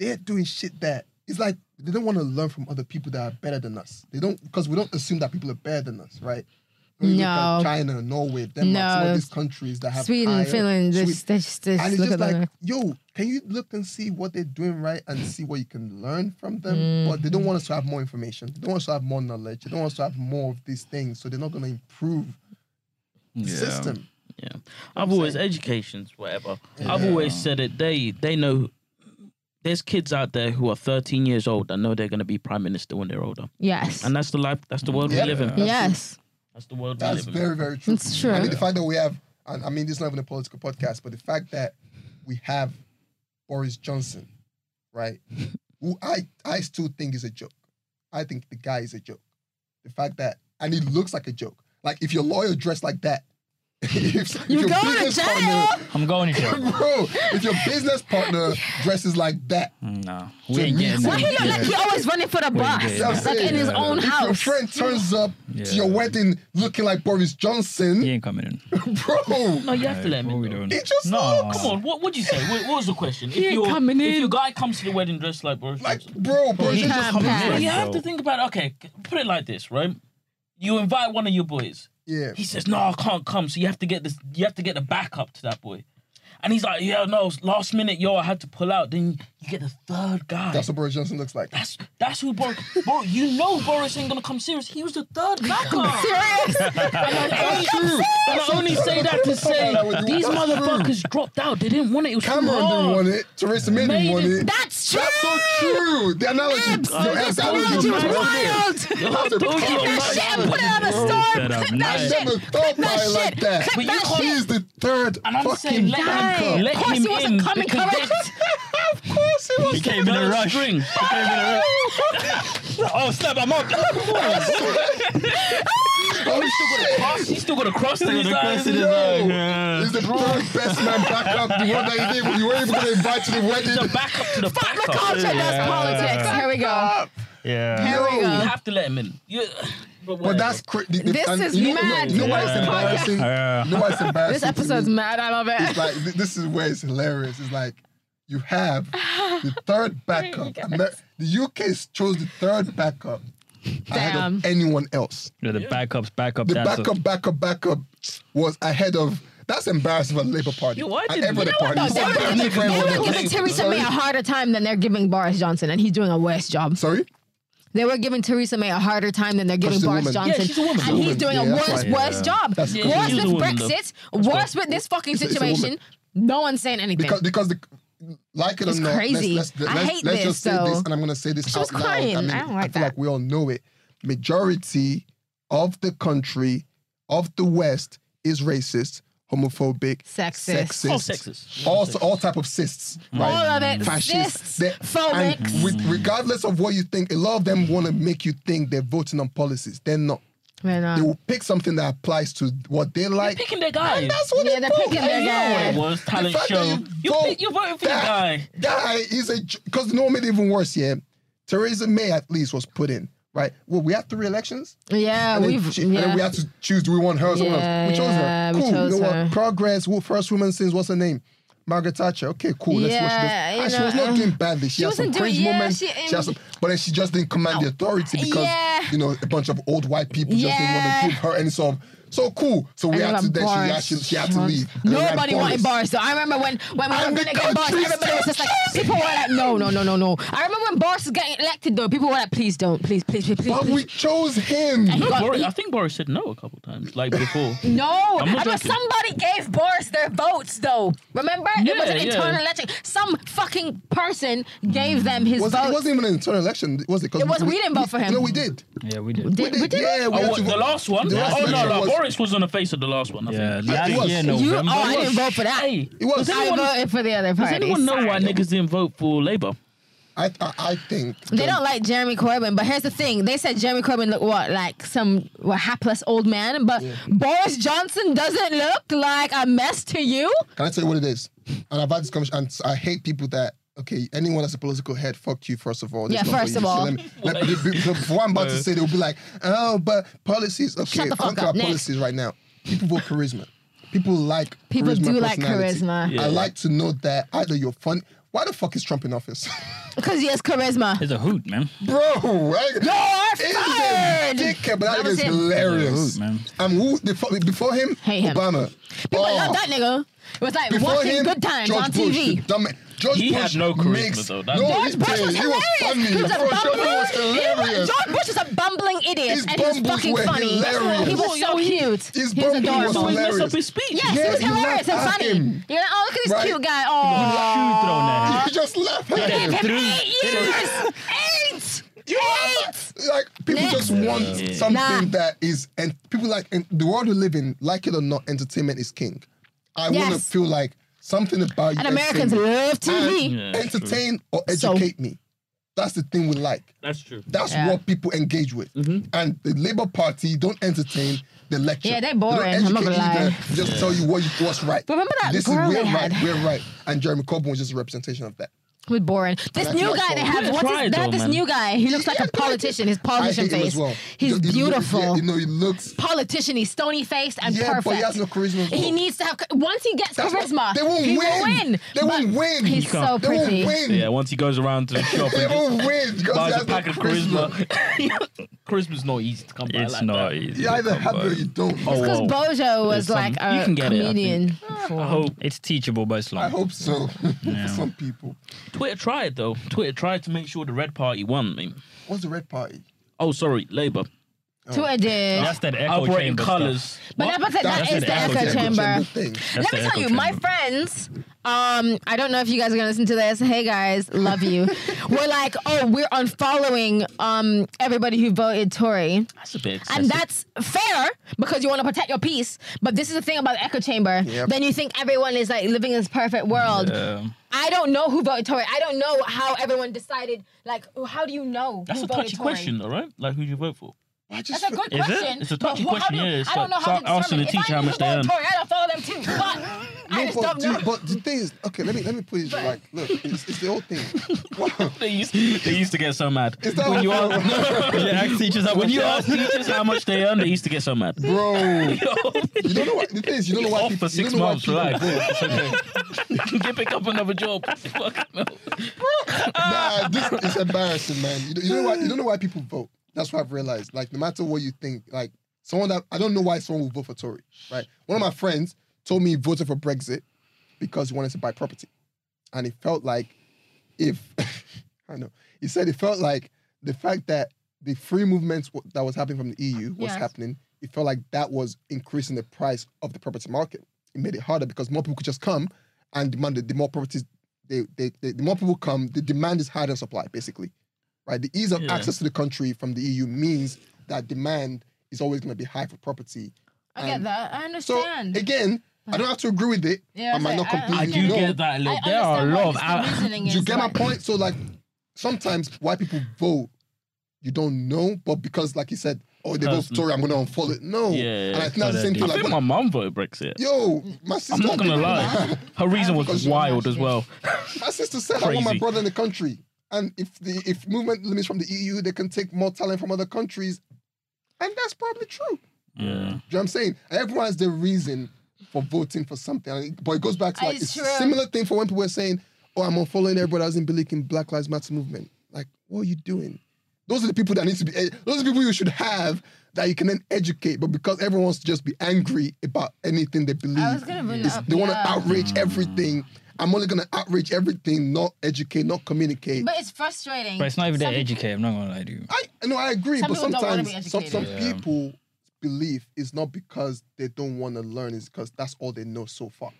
C: they're doing shit that it's like they don't want to learn from other people that are better than us. They don't because we don't assume that people are better than us, right? When you look at
B: No.
C: China, Norway, Denmark, some
B: No.
C: of these countries that have
B: Sweden,
C: higher-
B: Finland,
C: Sweden.
B: this, this, this,
C: and it's
B: look at
C: just like,
B: them.
C: yo, can you look and see what they're doing right and see what you can learn from them?
B: Mm.
C: But they don't want us to have more information. They don't want us to have more knowledge. They don't want us to have more of these things. So they're not going to improve the system.
D: Yeah, I've always educations whatever. I've always said it. They they know. There's kids out there who are 13 years old that know they're going to be prime minister when they're older,
B: Yes.
D: and that's the life. That's the world
C: Yeah.
D: we live in.
C: Yeah.
B: Yes.
D: That's the world
C: That's
D: we live in.
C: very, very true.
B: It's true.
C: I mean, the fact that we have, and I mean, this is not even a political podcast, but the fact that we have Boris Johnson, right? Who I, I still think is a joke. I think the guy is a joke. The fact that, and he looks like a joke. Like, if your lawyer dressed like that, if, if
B: You
C: your
B: go to
C: business
B: jail.
A: I'm going to jail.
C: Bro, if your business partner dresses like that,
A: no, Mm, we ain't
C: me,
A: getting
B: Why he look
A: that.
B: like he always running for the
A: yeah,
B: bus?
A: yeah.
B: Like in his
A: Yeah.
B: own
A: If
C: if your
B: house.
C: friend turns up to your
A: Yeah.
C: wedding looking like Boris Johnson,
A: He ain't coming in.
C: bro,
D: No, you have to let
A: What
D: me.
A: we
D: know.
A: doing?
C: it just
A: No.
C: looks
D: Come on, what would you say? What, what was the question? If
A: ain't
D: your-
A: coming
D: If
A: in.
D: your guy comes to the wedding dressed like Boris
C: like,
D: Johnson,
C: bro, Boris
B: he
C: Johnson.
B: can't
A: coming
B: pass.
A: in.
D: you
A: Yeah.
D: have to think about. Okay, put it like this, right? You invite one of your boys.
C: Yeah.
D: He says, "No, I can't come." So you have to get this. You have to get the backup to that boy. And he's like, "Yeah, no, last minute, yo, I had to pull out." Then you get the third guy.
C: That's what Boris Johnson looks like.
D: that's, that's who Boris. Bro, you know Boris ain't gonna come serious. He was the third backup.
B: Serious?
D: And I only, and I only say that to say these motherfuckers dropped out. They didn't want it. It was
C: Cameron
D: too hard.
C: didn't want it. Theresa May didn't
D: Made
C: want
D: it-
C: it.
B: That's true.
C: That's so true. The analogy,
B: Abs,
C: the
B: this
C: analogy
B: analogy was
C: was
B: wild.
C: there. That was a
D: Don't you
C: proper
D: know
B: That
D: my
B: shit
C: analogy.
B: and put it on a
A: Set
B: storm.
A: up
B: Click
A: nice.
B: that
C: I never
B: shit.
C: thought
B: that
C: about it like
B: shit.
C: that.
B: Click
D: But you
B: that
D: can't-
C: He
B: shit.
C: is the third
D: And I'm saying
C: fucking
D: let
B: guy.
D: him,
C: banker.
D: let
B: Of course
D: him
B: he wasn't
D: in
B: coming
D: because
B: correct.
C: Of course he was.
A: He came in a
D: third
A: rush.
D: string.
A: He came in a rush. oh snap! I'm up.
D: Cross, he's still got to cross the
A: cross
D: line.
A: it.
C: Yo,
A: Yeah.
C: Oh, he's the third best man backup. The one that you, didn't- you weren't even going to invite to the
D: The
C: wedding.
D: backup to the
B: Fuck the
D: backup.
B: culture. That's politics. Here we go.
A: Yeah.
B: Here we
D: You
B: go.
D: have to let him in. You, but,
C: But
D: whatever.
C: that's crazy.
B: This is
C: you know,
B: mad.
C: You know why it's
A: Yeah.
C: embarrassing?
A: Yeah.
C: You know why it's embarrassing?
B: This
C: to
B: episode's
C: me?
B: mad. I love
C: It's
B: it.
C: like th- this is where it's hilarious. It's like you have the third backup. Amer- the UK chose the third backup ahead
B: Damn.
C: of anyone else.
A: The backups, backup.
C: The
A: that's a-
C: backup, backup, backup was ahead of. That's embarrassing for the Labour Party.
D: Yo, why
C: And
D: didn't-
C: every
D: You
C: other
D: know
B: No,
C: party.
B: no,
C: It's
B: they were
C: embarrassing
B: giving,
C: for
B: they
C: everyone
B: were
C: else.
B: giving Theresa May a harder time than they're giving Boris Johnson, and he's doing a worse job.
C: Sorry.
B: They were giving Theresa May a harder time than they're giving
C: she's a
B: Boris
C: woman.
B: Johnson.
D: Yeah, she's a woman.
B: And
D: She's a
B: he's
C: woman.
B: doing
C: Yeah,
B: a
C: that's
B: worse,
A: why.
B: worse
A: Yeah.
B: job.
C: That's
D: Yeah,
B: worse
D: she's
B: with
D: a woman, though.
B: Brexit, worse with this fucking
C: It's a- it's a woman.
B: situation. No one's saying anything.
C: Because because the like it
B: It's
C: or not,
B: crazy.
C: Let's, let's,
B: I
C: let's,
B: hate
C: let's
B: this,
C: just say
B: though.
C: this, and I'm gonna say this
B: She was
C: out loud.
B: crying.
C: I mean,
B: I don't like
C: feel
B: that.
C: like we all know it. majority of the country of the West is racist, homophobic,
B: Sexist.
C: sexist,
D: All sexist.
C: all, all type of cysts, right?
B: All of it.
C: fascists,
B: Fascists.
C: they- and
B: Phobics.
C: re- regardless of what you think, a lot of them want to make you think they're voting on policies. They're not.
B: They're not.
C: They will pick something that applies to what they
D: They're
C: like.
D: picking their guy.
C: That's what
B: Yeah,
C: they
B: they're
C: vote.
B: picking
C: I
B: their
C: know
B: guy.
C: it.
D: It was talent
C: The fact
D: show.
C: that
D: You
C: vote
D: pick- you're voting for your
C: that-
D: guy.
C: That is a because normally even worse. Yeah, Theresa May at least was put in. Right. Well, we had three elections.
B: Yeah,
C: And,
B: we've.
C: then, she- and
B: yeah.
C: then we had to choose. Do we want her or someone
B: Yeah,
C: else? We chose
B: yeah,
C: her.
B: we
C: Cool.
B: chose
C: you know
B: her.
C: what? Progress. Well, first woman since what's her name? Margaret Thatcher. Okay, cool. Let's
B: Yeah, you
C: watch this. And she was
B: know,
C: not doing badly. She,
B: she
C: had some
B: wasn't doing-
C: cringe
B: yeah,
C: moments.
B: she-
C: She, had some, but then she just didn't command the authority because
B: Yeah.
C: you know a bunch of old white people just
B: Yeah.
C: didn't want to give her any sort of. So cool. So we
B: And
C: had
B: about
C: to. Then she,
B: bars.
C: had- she, she had to leave. And then we had
B: Nobody wanted bars.
C: Boris.
B: So I remember when when we
C: And
B: were
C: the
B: gonna get bars,
C: country
B: everybody was just like, people were like, no, no, no, no, no. I remember when bars was getting elected though, people were like, please don't, please, please, please, please.
C: But we
B: please.
C: chose him.
B: And he
D: No,
B: got-
D: Boris,
B: he-
D: I think Boris said no a couple times, like before. Oh,
B: no,
D: I'm not
B: but
D: joking.
B: somebody gave Boris their votes though. Remember,
D: Yeah,
B: it was an
D: yeah.
B: internal election. Some fucking person gave them his
C: Was it,
B: votes.
C: it wasn't even an internal election, was it? 'Cause
B: It was- we didn't vote for him.
C: No, we did.
A: Yeah, we did.
B: Did- we did-
C: Yeah, we
D: Oh,
C: had
D: what,
C: to
D: the
C: vote.
D: last one?
C: The last
D: oh, no,
C: election
D: no.
C: was-
D: Boris was on the face of the last one. I
A: Yeah,
D: think.
A: last
C: it was.
A: year
C: You-
B: you, oh,
A: November.
B: I didn't vote for that.
D: Hey,
C: It was-
D: does
B: I
D: anyone,
B: voted for the other
D: does
B: party.
D: anyone know why niggas didn't vote for Labour?
C: I, I, I think
B: They don't like Jeremy Corbyn, but here's the thing: they said Jeremy Corbyn look what like some what, hapless old man, but Boris Johnson doesn't look like a mess to you.
C: Can I tell you what it is? And I've had this conversation, and I hate people that. Okay, anyone that's a political head, fuck you. First of all, That's
B: Yeah,
C: not for
B: first
C: you.
B: of all.
C: let me, let me- be- be- before I'm about to say, they'll be like, "Oh, but policies." Okay,
B: Shut the
C: I
B: fuck
C: don't care
B: up.
C: about
B: Next.
C: policies right now. People vote charisma. People like
B: People
C: charisma
B: do like
C: personality.
B: charisma.
C: I like to know that either you're fun. Why the fuck is Trump in office,
B: Because he has charisma.
A: It's a hoot, man.
C: bro? I-
B: You're
C: It's
B: fired!
C: dickhead, but that
B: That
C: nigga
B: was
C: is
B: him.
C: hilarious.
A: Rude, man.
C: And who before, before him?
B: Hate him.
C: Obama.
B: People
C: Oh.
B: love that nigga. It was like
C: Before
B: watching
C: him,
B: good times
C: George
B: on
C: Bush,
B: TV.
C: the dumb- George
D: He
C: Bush
D: had no charisma,
C: makes,
D: though. That-
C: no,
B: George
C: he
B: Bush
C: did.
B: was
C: He was
B: hilarious.
C: funny.
B: He was a
C: Bro, George
B: bumbling.
C: Bush was
B: He
C: hilarious.
B: was, George Bush is a bumbling idiot,
C: His
B: and he was
C: bumbles
B: fucking
C: were
B: funny.
C: hilarious.
B: He was so
D: Yo, he-
B: cute.
C: his
B: he was
C: bumble was
B: adorable.
D: So he messed
C: hilarious.
D: up his speech.
B: Yes,
C: Yeah,
B: he was
C: you
B: hilarious and
C: laugh at
B: funny.
C: him.
B: You're like, oh look at this
C: Right?
B: cute guy. Oh,
A: Shoe thrown at him.
C: He just laughed. at
B: gave
C: him.
B: him
A: Through-
B: eight years. Eight. Eight.
C: Like people
B: Next.
C: just want
A: Yeah.
C: something
B: Nah.
C: that is, and people like and the world we live in, like it or not, entertainment is king. I want to
B: Yes.
C: feel like something about you.
B: And Americans
C: entertained me.
B: love TV.
D: Yeah,
C: And entertain or
B: Mm-hmm. So-
C: educate me. That's the thing we like.
D: That's true.
C: That's
B: Yeah.
C: what people engage with.
D: Mm-hmm.
C: And the Labour Party don't entertain the lecture.
B: Yeah, they're
C: They don't
B: boring, I'm not
C: educate
B: gonna
C: you,
B: lie.
C: they Just tell you what you, what's right.
B: But remember that
C: this
B: girl
C: is
B: they
C: we're right,
B: had?
C: we're right. And Jeremy Corbyn was just a representation of that.
B: With boring. This
C: That's
B: new
C: not
B: guy they
C: so-
B: have.
D: Let's
B: What's
D: try
B: his,
D: it
B: they have
D: though,
B: this
D: man.
B: new guy. He looks like a politician. His politician
C: I hate him
B: face.
C: as well.
B: He's
C: Just- you know- yeah,
B: beautiful.
C: You know, he looks.
B: Politician, he's stony faced and
C: Yeah,
B: perfect.
C: but he has no charisma as well.
B: He needs to have once he gets
C: That's what-
B: charisma.
C: they won't
B: he
C: win.
B: Will win.
C: They
B: But
C: won't win.
B: He's
C: You
B: so
C: they won't
B: pretty.
C: win.
D: Yeah, once he goes around to the shop
C: They
D: and just
C: won't win because he
D: buys
C: has
D: a
C: no
D: pack of charisma. Charisma's not easy to come by.
A: It's
D: like
A: not
D: that.
A: easy.
C: You either
A: to come
C: have it or
A: by.
C: you don't.
B: Because
D: Whoa.
B: Bojo
A: There's
B: was
A: some-
B: like
D: you
B: a
D: can get it, I
B: comedian.
D: I hope
A: It's teachable, but it's long.
C: I hope so. For some people.
D: Twitter tried though. Twitter tried to make sure the Red Party won. I mean.
C: What's the Red Party?
D: Oh, sorry, Labour.
B: Twitter did.
A: That's that echo
D: Operating
A: chamber
D: colours.
A: stuff.
B: But
D: What?
B: that, but that- that
A: That's
B: is
A: an
B: the
A: echo
B: echo,
A: chamber.
B: chamber.
C: thing.
A: That's
B: Let me
A: the
B: tell you,
A: echo
B: my
A: chamber.
B: friends, um, I don't know if you guys are gonna listen to this. Hey guys, love you. we're like, oh, we're unfollowing um everybody who voted Tory.
D: That's a bit.
B: And
D: Excessive.
B: that's fair because you want to protect your peace. But this is the thing about the echo chamber.
C: Yep.
B: Then you think everyone is like living in this perfect world.
A: Yeah.
B: I don't know who voted Tory. I don't know how everyone decided. Like, oh, how do you know?
D: That's
B: who
D: a
B: voted
D: touchy
B: Tory?
D: question, though, right? Like, who'd you vote for?
C: I just
B: That's a
C: feel-
B: good
A: Is it?
B: question.
D: It's a
B: but
D: touchy
B: who-
D: question,
B: how do-
D: yeah, it's
B: I don't know
D: like-
B: how
D: so
B: to
D: ask the
B: determine. If I
D: teacher how
B: knew
D: much
B: who
D: they
B: voted
D: earn.
B: Tory, I'd follow them too. But I
C: No,
B: just
C: but,
B: don't
C: do you-
B: know.
C: but the thing is, okay, let me let me put it like, look, it's, it's the old thing.
D: They used, they used to get so mad.
C: Is that
D: when you
C: what-
D: ask,
A: When you ask teachers how
D: when
A: much
D: you
A: they
D: ask teachers how much they earn, they used to get so mad.
C: Bro, you don't know what the thing is. You don't know why
D: Off
C: people. You
D: for six
C: don't know why
D: months,
C: people.
D: relax.
C: vote.
D: It's okay. Get pick up another job. Fuck no.
C: Nah, this is embarrassing, man. You don't, you don't know why. You don't know why people vote. That's what I've realized. Like, no matter what you think, like someone that I don't know why someone would vote for Tory. Right? One of my friends told me he voted for Brexit because he wanted to buy property, and it felt like if I know, he said it felt like the fact that the free movement w- that was happening from the EU was
B: Yes.
C: happening. It felt like that was increasing the price of the property market. It made it harder because more people could just come and demand. it. The more properties, they, they, they the more people come, the demand is higher than supply, basically. Right, the ease of
D: Yeah.
C: access to the country from the EU means that demand is always going to be high for property.
B: I get
C: And
B: that. I
C: So
B: understand.
C: again, I don't have to agree with it.
B: Yeah,
C: I might not
B: I- I- I
C: completely
D: I do
C: know.
D: get that. Look,
B: I
D: there are a
B: understand what
D: lot of
B: his
D: out-
B: reasoning
C: you
B: is,
C: get my
B: but-
C: point? So like sometimes why people vote, you don't know, but because like you said, oh they vote
D: Because-
C: Tory, I'm gonna unfollow it. No.
D: Yeah,
C: and I think
A: no,
C: that's the
A: that
C: same
A: deep.
C: thing
D: I
C: like
D: think
C: when-
D: my mum voted Brexit.
C: yo, my sister
D: I'm not gonna lie. Her reason was
C: Because-
D: wild as well.
C: My sister said I want my
D: Crazy.
C: brother in the country. And if the if movement limits from the EU, they can take more talent from other countries. And that's probably true.
A: Yeah.
C: Do you know what I'm saying? Everyone has their reason for voting for something. And it- But it goes back to like
B: It's
C: it's
B: true.
C: a similar thing for when people were saying, Oh, I'm unfollowing everybody that's in believing in Black Lives Matter movement. Like, what are you doing? Those are the people that need to be ed- those are the people you should have that you can then educate. But because everyone wants to just be angry about anything they believe.
B: I was gonna bring
C: it's-
B: that up.
C: they want to
B: yeah.
C: outrage everything. I'm only gonna outrage everything, not educate, not communicate.
B: But it's frustrating.
A: But it's not even
B: Some
A: that educated. I'm not gonna lie to you.
C: I no, I agree,
B: Some
C: but
B: people don't wanna be
C: sometimes some, some
B: educated.
A: Yeah.
C: people belief is not because they don't want to learn, it's because that's all they know so far.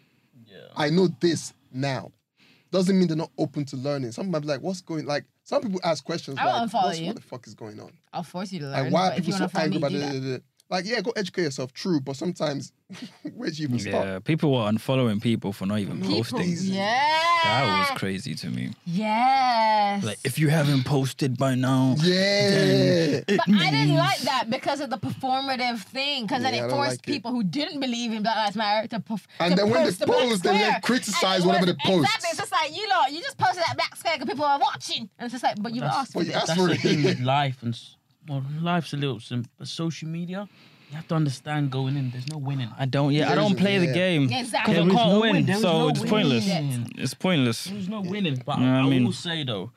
C: I know this now. Doesn't mean they're not open to learning. Some might be like, what's going like some people ask questions
B: I will
C: like
B: unfollow
C: what's-
B: you.
C: what the fuck is going on?
B: I'll force you to learn.
C: Like why are
B: but if
C: people
B: you
C: so
B: want to
C: angry about
B: me, do
C: da- da-
B: that.
C: da- da? Like, yeah, go educate yourself, true, but sometimes where do you even start?
A: Yeah, people were unfollowing people for not even posting.
C: Please.
B: Yeah.
A: That was crazy to me.
B: Yes.
A: Like, if you haven't posted by now,
C: Yeah.
B: but I didn't like that because of the performative thing. Because then
C: Yeah, I
B: it
C: don't
B: forced
C: like it.
B: people who didn't believe in Black Lives Matter to, perf-
C: And
B: to
C: then when they
B: post the black
C: post, then they
B: square.
C: criticize
B: And it
C: whatever
B: was-
C: they post.
B: Exactly. It's just like you know, you just posted that black square because people are watching, and it's just like, but you
D: That's-
B: asked for
C: But you
B: this.
C: asked
D: That's
C: for
D: the thing with
C: it.
D: life and s- well, life's a little simple. But social media, you have to understand going in. There's no winning.
A: I don't. Yeah, I don't
C: There's-
A: play the
C: yeah.
A: game. Because
B: Exactly.
D: There
A: I
D: is
A: can't
D: no
A: win,
D: win. There is
A: so
D: no
A: it's
D: win.
A: pointless.
D: Yeah.
A: It's pointless.
D: There's no winning. But
A: Yeah, I
D: I,
A: mean-
D: will say though,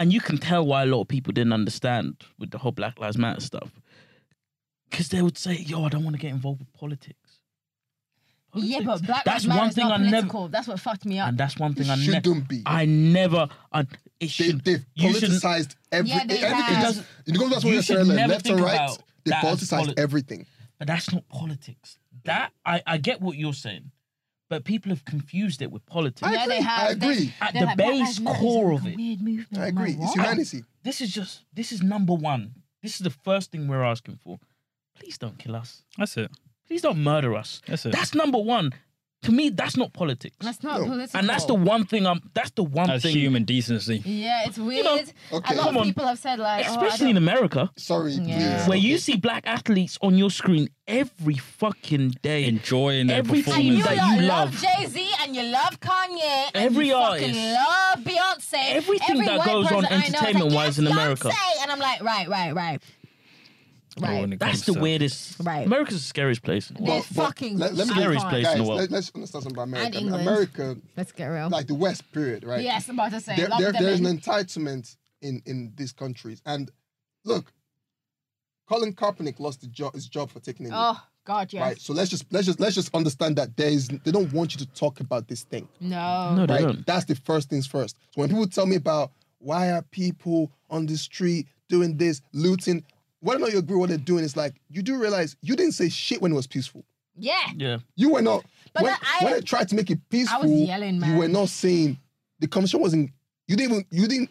D: and you can tell why a lot of people didn't understand with the whole Black Lives Matter stuff, because they would say, "Yo, I don't want to get involved with politics."
B: Yeah, but
D: Politics.
B: Black
D: that's
B: Lives Matter
D: one
B: is
D: thing
B: not
D: I never-
B: political. That's what fucked me up.
D: and that's one thing I
C: It
D: never.
C: shouldn't be.
D: I never. I, it
C: they,
D: should.
C: they've
D: you shouldn't.
C: politicized every,
B: Yeah, they
C: everything.
B: have.
C: Just, it goes back to what
D: You
C: you said
D: should
C: earlier,
D: never
C: left and
D: think
C: right.
D: about
C: They
D: that as
C: politicized
D: polit-
C: everything.
D: But that's not politics. That I, I get what you're saying, but people have confused it with politics.
C: I
B: yeah, they
C: agree,
B: have.
C: I
B: they-
C: agree.
D: At
B: they're
D: the
B: like, Black
D: base
B: Lives Matter is
D: core
B: like
D: of
B: a
D: it.
B: weird movement.
C: I
B: I'm
C: agree.
B: like,
C: It's
B: what?
C: humanity.
D: this is just this is number one. This is the first thing we're asking for. Please don't kill us.
A: That's it.
D: Please don't murder us.
A: That's it.
D: That's number one. To me, that's not politics.
B: That's not
C: No.
B: political.
D: and that's the one thing I'm that's the one
A: That's
D: thing
A: human decency.
B: Yeah, it's weird.
D: know,
B: a
C: okay.
B: lot
D: Come
B: of
D: on.
B: people have said like,
D: especially in
B: oh,
D: America,
C: Sorry,
B: Yeah.
C: please.
D: where you
C: Okay.
D: see black athletes on your screen every fucking day.
A: Enjoying their
D: Every
B: I don't-
A: performance.
B: and you,
D: performers that
B: lot
D: you
B: love,
D: love.
B: Jay Z and you love Kanye. and
D: Every
B: you fucking
D: artist.
B: love Beyonce.
D: Everything
B: Every
D: that
B: white
D: goes
B: person
D: on
B: I know is like,
D: entertainment-wise
B: yes,
D: in America.
B: Beyonce. And I'm like, right, right, right,
A: Oh, when
B: right.
A: it
D: that's
A: comes
D: the
A: to-
D: weirdest.
B: Right.
D: America's the scariest place in the world.
B: There's fucking
C: let- let me-
D: Scariest
B: icons.
D: place in
C: Guys,
D: the world.
C: let, us understand something about America. I mean,
B: England.
C: America,
B: Let's get real.
C: like the West period, right?
B: yes, I'm about to say.
C: There,
B: love
C: there-
B: them
C: there's
B: in.
C: an entitlement in, in these countries. And look, Colin Kaepernick lost the job, his job for taking a knee.
B: oh God, yes.
C: Right, so let's just let's just let's just understand that there is they don't want you to talk about this thing.
B: No.
D: No, they
C: right?
D: don't.
C: That's the first things first. So when people tell me about why are people on the street doing this, looting, whether or not you agree what they're doing, it's like you do realize you didn't say shit when it was peaceful.
B: Yeah.
D: Yeah.
C: You were not
B: But
C: when,
B: I-
C: when they tried to make it peaceful,
B: yelling, man.
C: you were not saying the commission wasn't you didn't even you didn't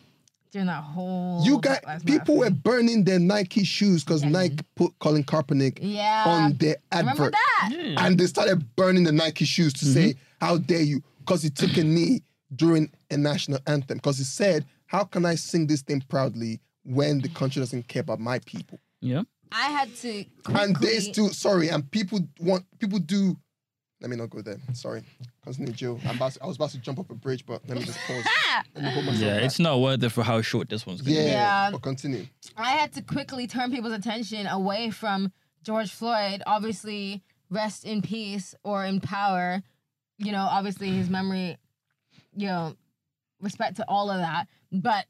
B: During that whole.
C: you got
B: Black Lives
C: people were
B: Matter
C: burning their Nike shoes because Nike put Colin Kaepernick
B: thing. Yeah.
C: on their
B: Remember
C: advert.
B: that?
D: Yeah.
C: And they started burning the Nike shoes to say,
B: Mm-hmm.
C: How dare you? Because he took a knee during a national anthem. Because he said, How can I sing this thing proudly when the country doesn't care about my people?
D: Yeah.
B: I had to.
C: And they
B: quickly-
C: still, sorry, and people want, people do. Let me not go there. Sorry. Continue, Joe. I'm about to- I was about to jump off a bridge, but let me just pause.
B: Ah!
C: Let me hold myself
A: Yeah,
C: back.
A: it's not worth it for how short this one's gonna
C: yeah,
B: Yeah.
C: but continue.
B: I had to quickly turn people's attention away from George Floyd. Obviously, rest in peace or in power. You know, obviously his memory, you know, respect to all of that. But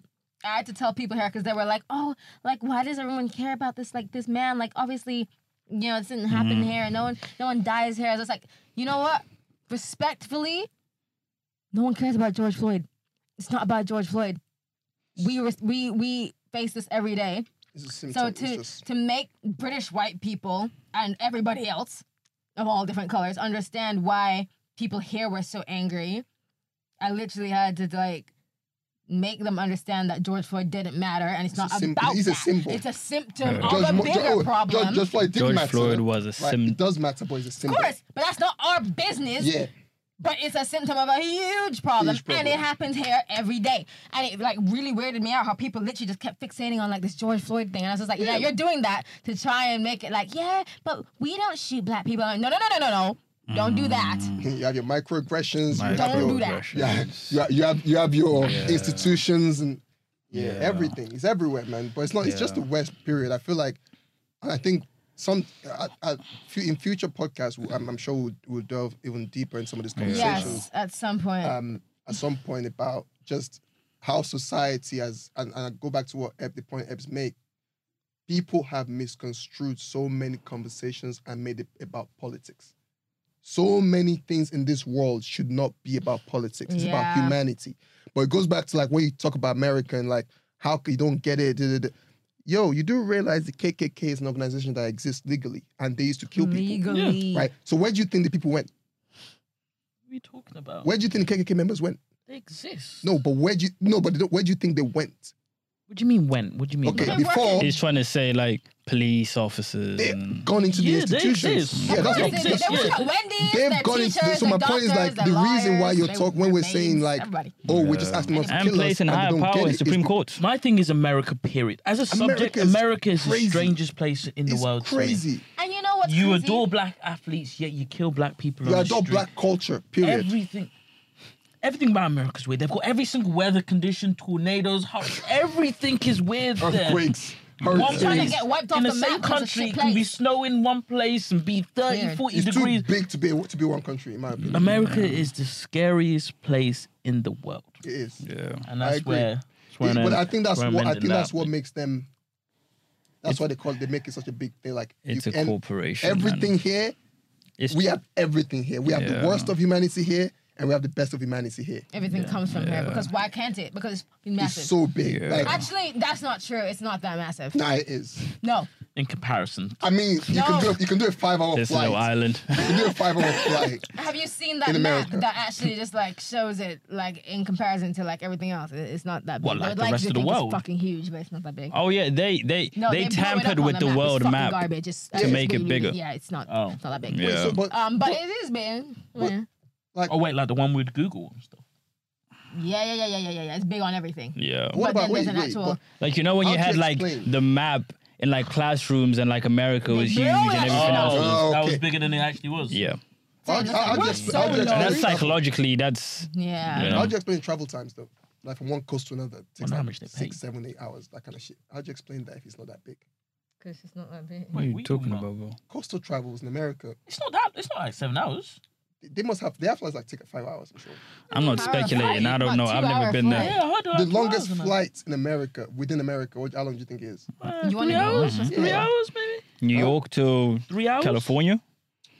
B: I had to tell people here because they were like, oh, like why does everyone care about this? Like this man, like obviously, you know, this didn't happen here. and No one, no one dies here. I was like, you know what? Respectfully, no one cares about George Floyd. It's not about George Floyd. We res- we we face this every day.
C: It's a symptom.
B: So
C: It's
B: to
C: just-
B: to make British white people and everybody else of all different colors understand why people here were so angry, I literally had to like make them understand that George Floyd didn't matter and it's, not
C: a sym-
B: about
C: he's a
B: that.
C: symbol.
B: It's a symptom
A: Yeah.
B: of
C: George
B: a
C: Mo-
B: bigger
C: George-
B: problem.
C: George, George Floyd did
A: George
C: matter.
A: Floyd was a
C: Right,
A: sim-
C: It does matter, but it's a
B: of
C: symbol.
B: course, but that's not our business.
C: Yeah.
B: But it's a symptom of a huge problem,
C: Huge problem.
B: and it happens here every day. And it like really weirded me out how people literally just kept fixating on like this George Floyd thing, and I was just like, yeah, you're doing that to try and make it like, yeah, but we don't shoot black people. Like, no, no, no, no, no, no, don't do that.
C: You have your microaggressions. you have
B: Don't
C: your,
B: do that.
C: Yeah, you have, you have, you have your institutions and yeah,
A: Yeah.
C: everything. It's everywhere, man. But it's not. It's just the
A: Yeah.
C: West period. I feel like, and I think some I, I, in future podcasts, we'll- I'm, I'm sure we'll, we'll delve even deeper in some of these conversations
B: Yes, at some point.
C: um, at some point about just how society has, and, and I go back to what Ep, the point Epps make. People have misconstrued so many conversations and made it about politics. So many things in this world should not be about politics. It's
B: Yeah.
C: about humanity. But it goes back to like when you talk about America and like how c- you don't get it. da, da, da. Yo, you do realize the KKK is an organization that exists legally and they used to kill people.
B: Legally,
C: Right? So where do you think the people went?
D: What are you talking about?
C: Where do you think the KKK members went?
D: they exist.
C: No, but where do you no? But they don't- where do you think they went?
D: What do you mean when? What do you mean?
C: Okay,
D: when?
B: They
C: before
A: He's trying to say like police officers.
C: they've
A: and,
C: gone into
D: Yeah, they
C: the institutions.
D: exist.
C: Yeah, that's
D: Of
C: what.
D: course they
B: they,
D: exist,
C: that's-
B: they
D: yeah.
B: work at Wendy's,
C: They've
B: they're
C: gone into
B: teachers,
C: so my
B: they're
C: point is like
B: doctors,
C: the
B: they're
C: reason why
B: lawyers,
C: you're
B: they-
C: talking when we're
B: they're
C: saying
B: maids,
C: like
B: everybody.
C: oh we're
A: Yeah.
C: just asking them to
A: and
C: kill us
A: place in
C: and they
A: higher
C: don't get
A: power in
C: it,
A: Supreme
C: it's,
A: Court.
D: My thing is America. Period. As a subject,
C: America is
D: America is the
C: crazy.
D: strangest place in the
C: it's
D: world. to me.
C: crazy.
B: And you know what's
D: You
B: crazy?
D: adore black athletes, yet you kill black people.
C: You
D: on the
C: adore
D: street.
C: black culture. Period.
D: Everything. Everything about America's weird. They've got every single weather condition, tornadoes, hur- everything is weird there.
C: Earthquakes.
D: One
C: hurricanes.
B: trying to
D: place,
B: get wiped off
D: in the,
B: the
D: same
B: map 'cause it's
D: country,
B: a
D: it can be
B: place.
D: snow in one place and be 30,
B: Weird.
D: 40
C: It's too
D: degrees. Um,
C: big to be to be one country in my opinion.
D: America is the scariest place in the world.
C: it is.
A: Yeah.
D: And
C: I
D: that's
C: agree.
D: where. that's where
C: It-
D: I'm-
C: but I think that's
D: where I'm
C: what I
D: ending
C: think that's
D: up.
C: what makes them. That's why they call they make it such a big thing. Like
A: It's
C: you
A: a
C: end-
A: corporation. man.
C: Everything here
A: It's
C: we have everything here. We have
A: Yeah.
C: the worst of humanity here, and we have the best of humanity here.
B: Everything comes from here because why can't it? Because it's fucking massive.
C: It's so big.
A: Yeah.
C: Like,
B: Actually, that's not true. It's not that massive.
C: nah, it is.
B: No.
D: in comparison.
C: I mean, you
B: No.
C: can do a, you can do a five hour
A: this little
C: flight.
A: island.
C: You can do a five hour flight.
B: Have you seen that
C: In
B: map
C: America.
B: that actually just like shows it like in comparison to like everything else? It- It's not that big.
D: What, like
B: They would
D: the rest
B: you to
D: of the
B: think
D: world?
B: It's fucking huge, but it's not that big.
A: Oh yeah, they they
B: No,
A: they,
B: blow it up
A: tampered
B: on
A: with the,
B: map.
A: world
B: it's fucking
A: map.
B: garbage. It's,
A: to make it bigger.
B: Yeah, it's not.
D: Oh.
B: It's not that big.
A: Yeah.
C: So, but
B: Um, but it is big. Yeah.
C: like,
D: Uh, Oh, wait, like the one with Google and stuff.
B: yeah, yeah, yeah, yeah, yeah, yeah, yeah. It's big on everything.
A: Yeah.
C: what
B: but
C: about
B: then
C: wait,
B: there's an
C: wait,
B: actual-
C: but
A: Like you know when
C: How
A: you
C: do you
A: had like
C: explain?
A: the map in like classrooms and like America was
B: blew
A: huge and
B: it
A: everything
B: up.
A: else. was-
C: Oh,
D: That was
C: okay.
D: bigger than it actually was.
A: Yeah.
C: how do-
B: It's like,
C: how do you
B: what's
C: explain- how do you
A: And
B: so
C: explain
A: that's
B: Really?
C: travel?
A: psychologically that's
B: Yeah.
A: Yeah.
C: How do you explain travel times though? Like from one coast to another, it takes
D: Wonder how
C: like
D: much they pay.
C: six, seven, eight hours, that kind of shit. How do you explain that if it's not that big?
B: Because it's not that big.
D: What are you talking about?
A: bro?
C: Coastal travels in America,
D: It's not that. It's not like seven hours.
C: they, they must have their flights like take five hours. I'm sure.
A: I'm not
B: Power of
A: speculating. I
B: flight.
A: don't
B: What,
A: know. I've
B: two
A: never
B: hour
A: been there.
B: flight?
D: Yeah, I heard
C: The
D: like Uh, two
C: longest
D: hours and
C: flights in America within America, what- how long do you think it is?
D: that.
B: You
D: Uh,
B: wanna
D: three
B: know?
D: hours? Three
C: Yeah.
D: hours, maybe?
A: New York to
D: Three hours?
A: California.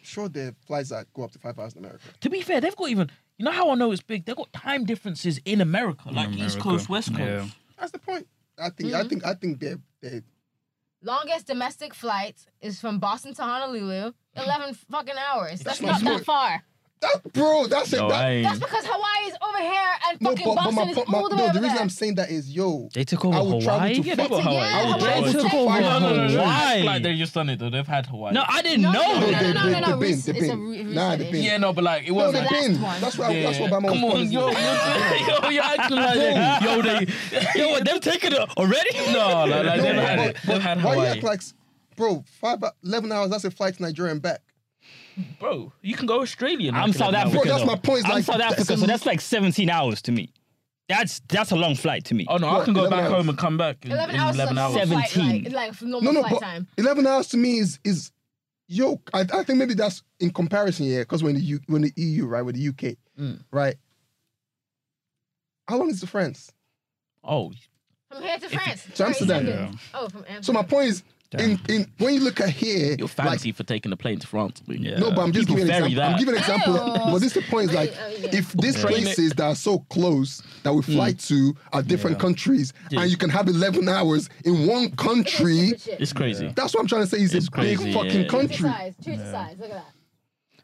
C: sure there are flights that go up to five hours in America.
D: To be fair, they've got even. You know how I know it's big? They've got time differences in America, like East
A: America.
D: Coast, West Coast.
A: Yeah.
C: That's the point. I think
B: Mm-hmm.
C: I think I think they're they
B: Longest domestic flight is from Boston to Honolulu, eleven fucking hours. That's not
C: not
B: that
C: smart.
B: far.
C: that bro, that's it.
A: No,
C: that,
A: I
B: That's
A: ain't.
B: because Hawaii is over here and
C: no,
B: fucking
C: but, but
B: Boston
C: my,
B: is
C: but my-
B: all the way
C: no,
B: over
C: the reason
B: there.
C: I'm saying that is yo,
A: They took over
C: I would travel
A: Hawaii.
C: to
A: Yeah,
C: fuck-
A: they took over
B: Yeah,
A: Hawaii.
B: I would
A: They
B: travel
A: took
B: to-
A: over
C: No,
D: No, no, no, no.
A: Hawaii.
D: It's like they just done it though. They've had Hawaii.
A: No, I didn't
B: No,
A: know.
B: no, no,
A: that.
B: no,
C: They-
B: no,
C: they-
B: no, no,
C: they've been,
B: recent-
C: they've
B: it's a
C: been.
B: re-
C: Nah,
B: recent
C: they've
B: issue.
C: been.
D: yeah, no, but like it
C: no,
D: was.
C: they've
D: like,
B: last
C: been.
B: one.
C: That's why that's what my
D: Come on, yo,
C: mom.
D: yo, yo, you're acting like that. yo, they,
A: Yo, they've taken it already.
D: no, no,
C: No,
D: like, they've
C: no,
D: had
C: but-
D: it. They've had
C: but Why you
D: Hawaii.
C: act like, s- bro? Five, hou- eleven hours. That's a flight to Nigeria and back.
D: Bro, you can go Australia.
A: I'm South Africa.
C: Bro, that's
A: though.
C: my point,
A: I'm
C: like,
A: South
C: that's
A: Africa,
C: a-
A: so that's like 17 hours to me. That's that's a long flight to me.
D: Oh no,
C: What,
D: I can go
C: 11
D: back
C: hours?
D: home and come back in in
B: Eleven hours,
D: 11 hours.
B: is like normal flight,
A: 17.
B: like, like normal
C: No, no,
B: flight
C: but
B: time.
C: eleven hours to me is is yo. I, I think maybe that's in comparison here because when the U, when the EU right with the UK
D: Mm.
C: right. How long is to France?
D: Oh,
B: From here to France,
C: To Amsterdam.
B: Very simple. Oh, from Amsterdam.
C: So my point is, in, in when you look at here,
D: you're
C: like,
D: fancy for taking the plane to France. mate.
A: Yeah.
C: No, but I'm just
D: People
C: giving an
D: ferry
C: example. I'm
D: that.
C: giving an example.
B: Ew.
C: But this is the point is like,
B: Oh, yeah.
C: if these
A: Yeah.
C: places that are so close that we fly to are different
A: Mm. Yeah.
C: countries, and you can have 11 hours in one country,
B: Stupid shit.
D: It's crazy.
C: that's what I'm trying to say. Is
D: It's
C: a big
D: crazy,
C: fucking
B: Choose
D: yeah.
B: a
C: country.
B: size. Choose a size. Look at that.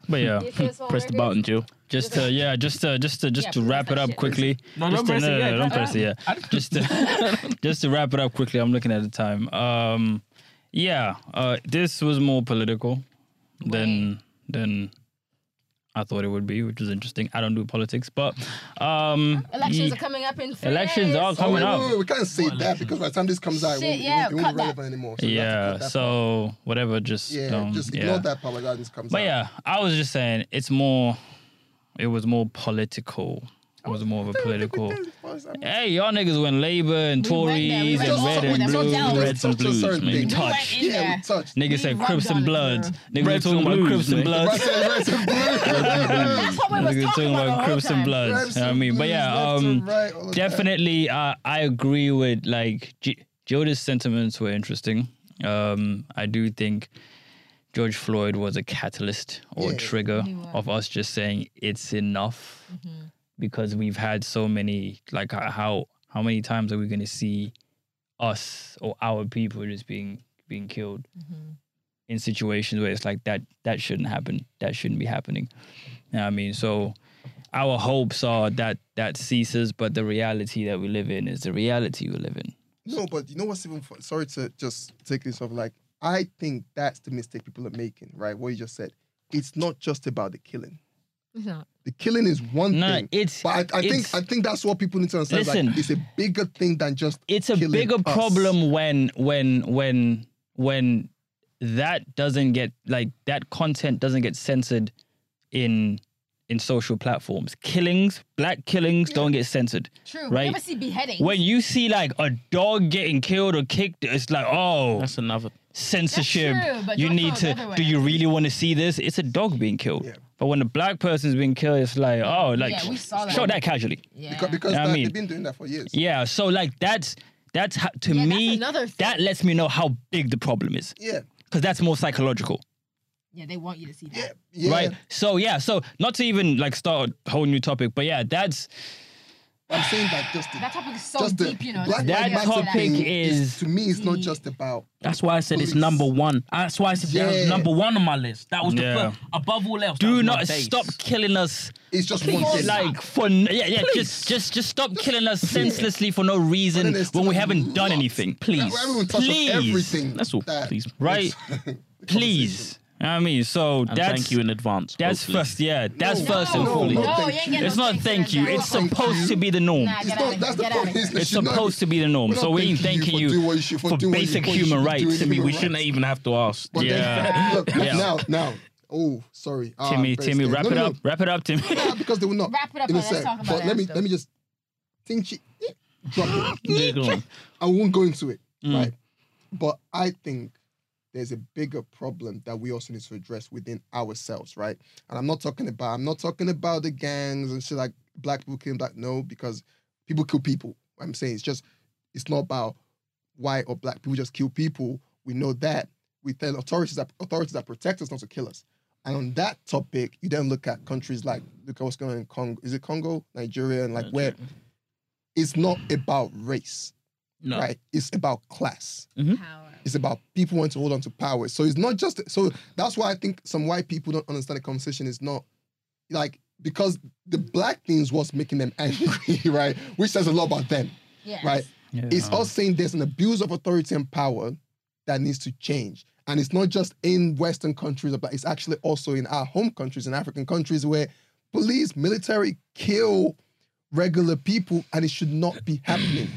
A: But yeah,
B: You see this one
D: Press
B: right
D: the
B: here?
D: button, Jill.
A: just to yeah, just to just to just
B: Yeah,
A: to
B: press
A: wrap
B: that
A: it up
B: shit.
A: quickly.
D: No,
A: just
D: don't
A: to,
D: press it yet.
A: no,
D: Don't
A: don't press it. Yeah, just to just to wrap it up quickly. I'm looking at the time. Um, yeah, uh, this was more political than than I thought it would be, which is interesting. I don't do politics, but um,
B: Elections
A: ye-
B: are coming up in three
A: Elections are
B: days.
A: coming
C: wait,
A: up.
C: wait, wait, Oh, we can't say
D: What
C: that because by the time this comes out,
B: Shit,
C: it won't,
B: yeah,
C: it won't, it won't
B: cut
C: be
B: that.
C: relevant anymore. So we have to
A: yeah.
C: cut that part.
A: So whatever, just
C: yeah,
A: don't,
C: just
A: yeah.
C: ignore that part by the time this comes
A: But
C: out.
A: yeah, I was just saying it's more. It was more political. It was more of a political. Hey, y'all niggas went Labour and
B: We went there, we
A: Tories
B: went
A: and
B: all
A: red
B: over
A: and
B: them.
A: blue,
B: Touched on
A: reds and blues.
C: certain
A: Man, you
C: things.
B: We went
A: touched.
B: in there.
C: Yeah, we touched.
A: Niggas
B: We
A: said
B: rubbed
A: Crips
B: on
A: and
B: it,
A: Bloods.
B: bro.
A: Niggas were
D: Reds
A: talking
D: and
A: about
D: blues,
A: Crips and
D: man.
A: Bloods.
C: Reds and
B: That's what we
A: Niggas
B: was
A: were
B: talking about, the whole
A: Crips and
B: time.
A: Bloods. you know what I mean, but yeah, um, definitely, uh, I agree with like G- Joda's sentiments were interesting. Um, I do think George Floyd was a catalyst or
C: Yeah.
A: trigger
B: He was. Mm-hmm.
A: of us just saying it's enough because we've had so many like h- how how many times are we going to see us or our people just being being killed in situations where it's like that that shouldn't happen that shouldn't be happening you know what i mean so our hopes are that that ceases but the reality that we live in is the reality we live in
C: No, but you know what's even fun? Sorry to just take this off. Like, I think that's the mistake people are making, right? What you just said. It's not just about the killing.
B: It's not.
C: The killing is one
A: No,
C: thing.
A: it's-
C: but I, I think
A: it's-
C: I think that's what people need to understand.
A: Listen.
C: like, it's a bigger thing than just
A: it's a
C: killing
A: bigger
C: us.
A: problem when when when when that doesn't get like that content doesn't get censored in in social platforms. Killings, black killings don't get censored.
B: True.
A: Right.
B: We never see beheadings.
A: When you see like a dog getting killed or kicked, it's like, oh,
D: That's another.
A: censorship.
B: That's true, but
A: you
B: don't
A: need
B: throw it
A: to.
B: everywhere.
A: Do you really want to see this? It's a dog being killed.
C: Yeah.
A: But when a black person's being killed, it's like, oh, like
B: Yeah, we saw that.
A: show that casually.
B: yeah.
C: because, because
A: Yeah, I
C: that-
A: mean-
C: they've been doing that for years.
A: Yeah, so like that's that's how, to
B: Yeah, that's
A: me
B: another thing.
A: that lets me know how big the problem is
C: Yeah,
A: because that's more psychological,
B: yeah, they want you to see that.
C: yeah, yeah.
A: right? So yeah, so not to even like start a whole new topic, but yeah, that's
C: I'm saying that just the,
B: That topic is so
C: just the
B: deep, you know.
C: Black
B: it's
A: That
C: Lives
B: like-
C: Matter
A: topic
C: thing
A: is-
C: to me. It's not just about
D: That's why I said it's
C: Police.
D: number one. That's why I said that was
C: Yeah.
D: number one on my list. That was the
A: Yeah.
D: first. Above all else, that
A: do
D: was my
A: not
D: base.
A: stop killing us.
C: it's just
B: Please.
C: one thing.
A: Like for n- yeah yeah just just just stop killing us senselessly for no reason
C: there's
A: when we
C: still
A: haven't done
C: lots.
A: anything
C: Yeah,
A: please
C: well, everyone touched
A: please
C: on everything.
D: That's all,
C: that-
D: please.
A: right please You know what I mean so
D: And
A: that's
D: thank you in advance.
A: that's
D: hopefully.
A: first yeah that's
C: No,
A: first
C: no,
A: and
C: no,
A: fully
C: no.
B: No, you ain't getting
A: it's
B: no
A: not thank you it's
B: some.
C: thank
A: supposed
C: you.
A: to be the norm
B: Nah,
C: It's
B: Get out
C: not,
B: of
C: that's
B: here,
C: the
B: get out of
C: point.
B: here.
C: that
A: It's
C: she's not-
A: supposed to be the norm.
C: we're not
A: So we ain't
C: thanking
A: thanking
C: you
A: you
C: for doing what you- for
A: for
C: doing what you-
A: basic
C: what you
A: human
C: should be
A: rights.
C: doing.
D: We
C: Human
D: shouldn't
C: rights.
D: even have to ask.
C: But
A: Yeah.
C: then, look,
A: Yeah.
C: now, now. Oh, sorry. Ah,
A: Timmy,
C: I'm very
A: Timmy,
C: scared.
A: wrap
C: No,
A: it
C: no, no.
A: up. Wrap it up, Timmy.
C: Nah, because they will not.
B: Wrap it up
C: In a
B: and let's
C: sec.
B: talk about
C: But
B: it
C: let me
B: after.
C: let me just think she eh, drop it.
D: Yeah, go on.
C: I won't go into it. Right. But I think there's a bigger problem that we also need to address within ourselves, right? And I'm not talking about I'm not talking about the gangs and shit like black people killing black. No, because people kill people. I'm saying it's just it's not about white or black people just kill people. We know that. We tell authorities that authorities that protect us not to kill us. And on that topic, you then look at countries like look at what's going on in Congo. Is it Congo, Nigeria, and like where it's not about race,
D: No.
C: right? It's about class.
B: Power.
C: It's about people want to hold on to power. So it's not just so that's why I think some white people don't understand the conversation is not like because the black things was making them angry, right? Which says a lot about them,
B: Yes.
C: right? It's us saying there's an abuse of authority and power that needs to change. And it's not just in Western countries, but it's actually also in our home countries, in African countries, where police, military kill regular people and it should not be happening.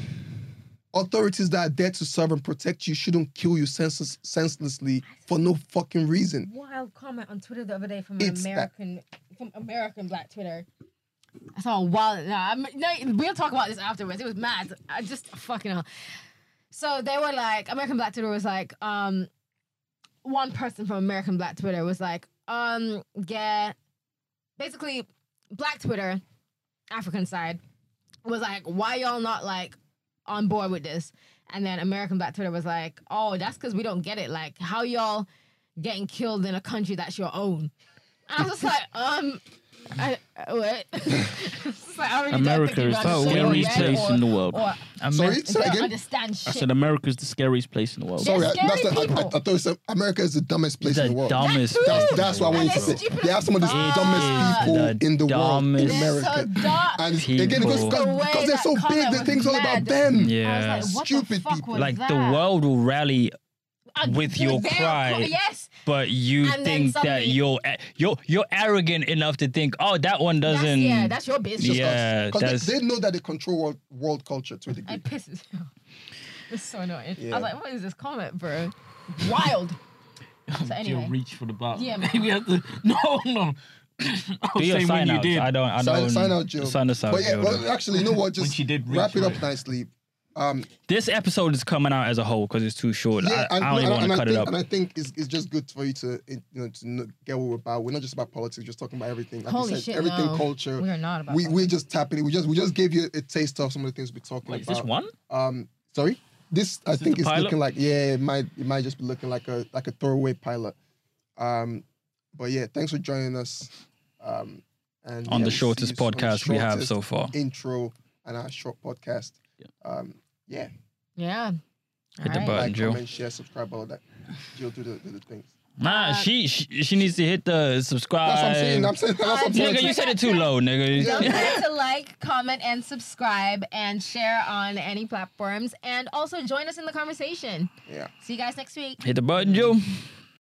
C: Authorities that are there to serve and protect you shouldn't kill you senseless, senselessly for no fucking reason.
B: wild comment on Twitter the other day from
C: It's
B: an
C: that-
B: American from American Black Twitter. I saw a wild. No, I'm, no, we'll talk about this afterwards. It was mad. I just fucking hell. So they were like, American Black Twitter was like, um, one person from American Black Twitter was like, um, yeah, basically, Black Twitter, African side, was like, why y'all not like on board with this? And then American Black Twitter was like, oh, that's because we don't get it. Like, how y'all getting killed in a country that's your own? And I was just like, um, I, I- what? It's like, I already
E: America is the
B: so
E: scariest place in the world.
B: Or,
A: I'm
C: Sorry,
B: so
C: sorry
B: don't
C: again.
B: understand
E: I
B: shit.
E: said America is the scariest place in the world.
C: Sorry, I,
B: They're
C: that's the,
B: scary
C: I, I, I
B: people.
C: thought you said America is the dumbest place
A: the
C: in the world.
A: dumbest.
B: That's
C: That's,
A: place.
C: that's what I wanted to
B: And
C: say.
B: it's stupid
C: They have some of the
B: as fuck.
C: dumbest people
A: It is
C: in the
A: the
C: world in
A: dumbest
B: They're so
C: America.
B: dumb.
C: And
A: People.
C: again, because, because,
B: The way
C: because they're
B: that
C: so
B: color
C: big, the
B: was
C: things all about
B: mad.
C: them.
B: I
A: Yeah.
B: was like, what
C: Stupid
B: the fuck
C: people.
B: was
A: Like the
B: that?
A: world will rally,
B: Uh,
A: with your
B: their
A: cry.
B: cry- Yes,
A: but you
B: And then
A: think that
B: suddenly-
A: you're a- you're you're arrogant enough to think, oh, that one
B: that's,
A: doesn't.
B: yeah, that's your business.
A: Yeah.
C: because
A: that's-
C: they, they know that they control world, world culture to a degree.
B: It pisses me off. It's so annoying. I
C: Yeah.
B: was like, what is this comment, bro? Wild. So
D: Still
B: anyway.
D: reach for the bar.
B: Yeah, man.
D: we have to. No, no. I
A: Do
D: was
A: your
D: saying when
A: sign
D: you
A: out.
D: did.
A: I don't. I
C: Sign,
A: don't.
C: sign out, Jill.
A: Sign us out.
C: But yeah,
A: Gilda.
C: well, actually, you know what? Just
D: she did
C: wrap
D: reach
C: it
D: for
C: up
D: it.
C: nicely. Um,
A: this episode is coming out as a whole because it's too short.
C: yeah,
A: I,
C: and,
A: I don't even
C: and-
A: want
C: and
A: to
C: I
A: cut
C: think,
A: it up.
C: And I think it's, it's just good for you to you know to kn- get what we're about. We're not just about politics. We're just talking about everything. Like you
B: Holy
C: said,
B: shit,
C: everything
B: no.
C: culture.
B: We are not about
C: We
B: politics.
C: we're just tapping it. We just we just gave you a taste of some of the things we're talking
A: Wait, is
C: about.
A: this one?
C: Um, sorry. This I think
A: the
C: it's
A: pilot?
C: looking like yeah, it might it might just be looking like a like a throwaway pilot. Um, but yeah, thanks for joining us. Um, and
A: On
C: yeah,
A: the
C: see
A: shortest
C: you on the
A: podcast we have
C: shortest
A: so far.
C: Intro and our short podcast. Um, yeah,
B: Yeah.
A: Hit the
B: Alright.
A: button,
C: like,
A: Jill.
C: comment, share, subscribe, all that. Jill, do the, do the things.
A: Nah, she, she she needs to hit the subscribe.
C: That's what I'm saying. I'm saying. That's what I'm saying.
A: Nigga, you said it too low, nigga.
C: Yeah.
B: Don't forget to like, comment, and subscribe and share on any platforms. And also join us in the conversation.
C: Yeah.
B: See you guys next week.
A: Hit the button, Joe.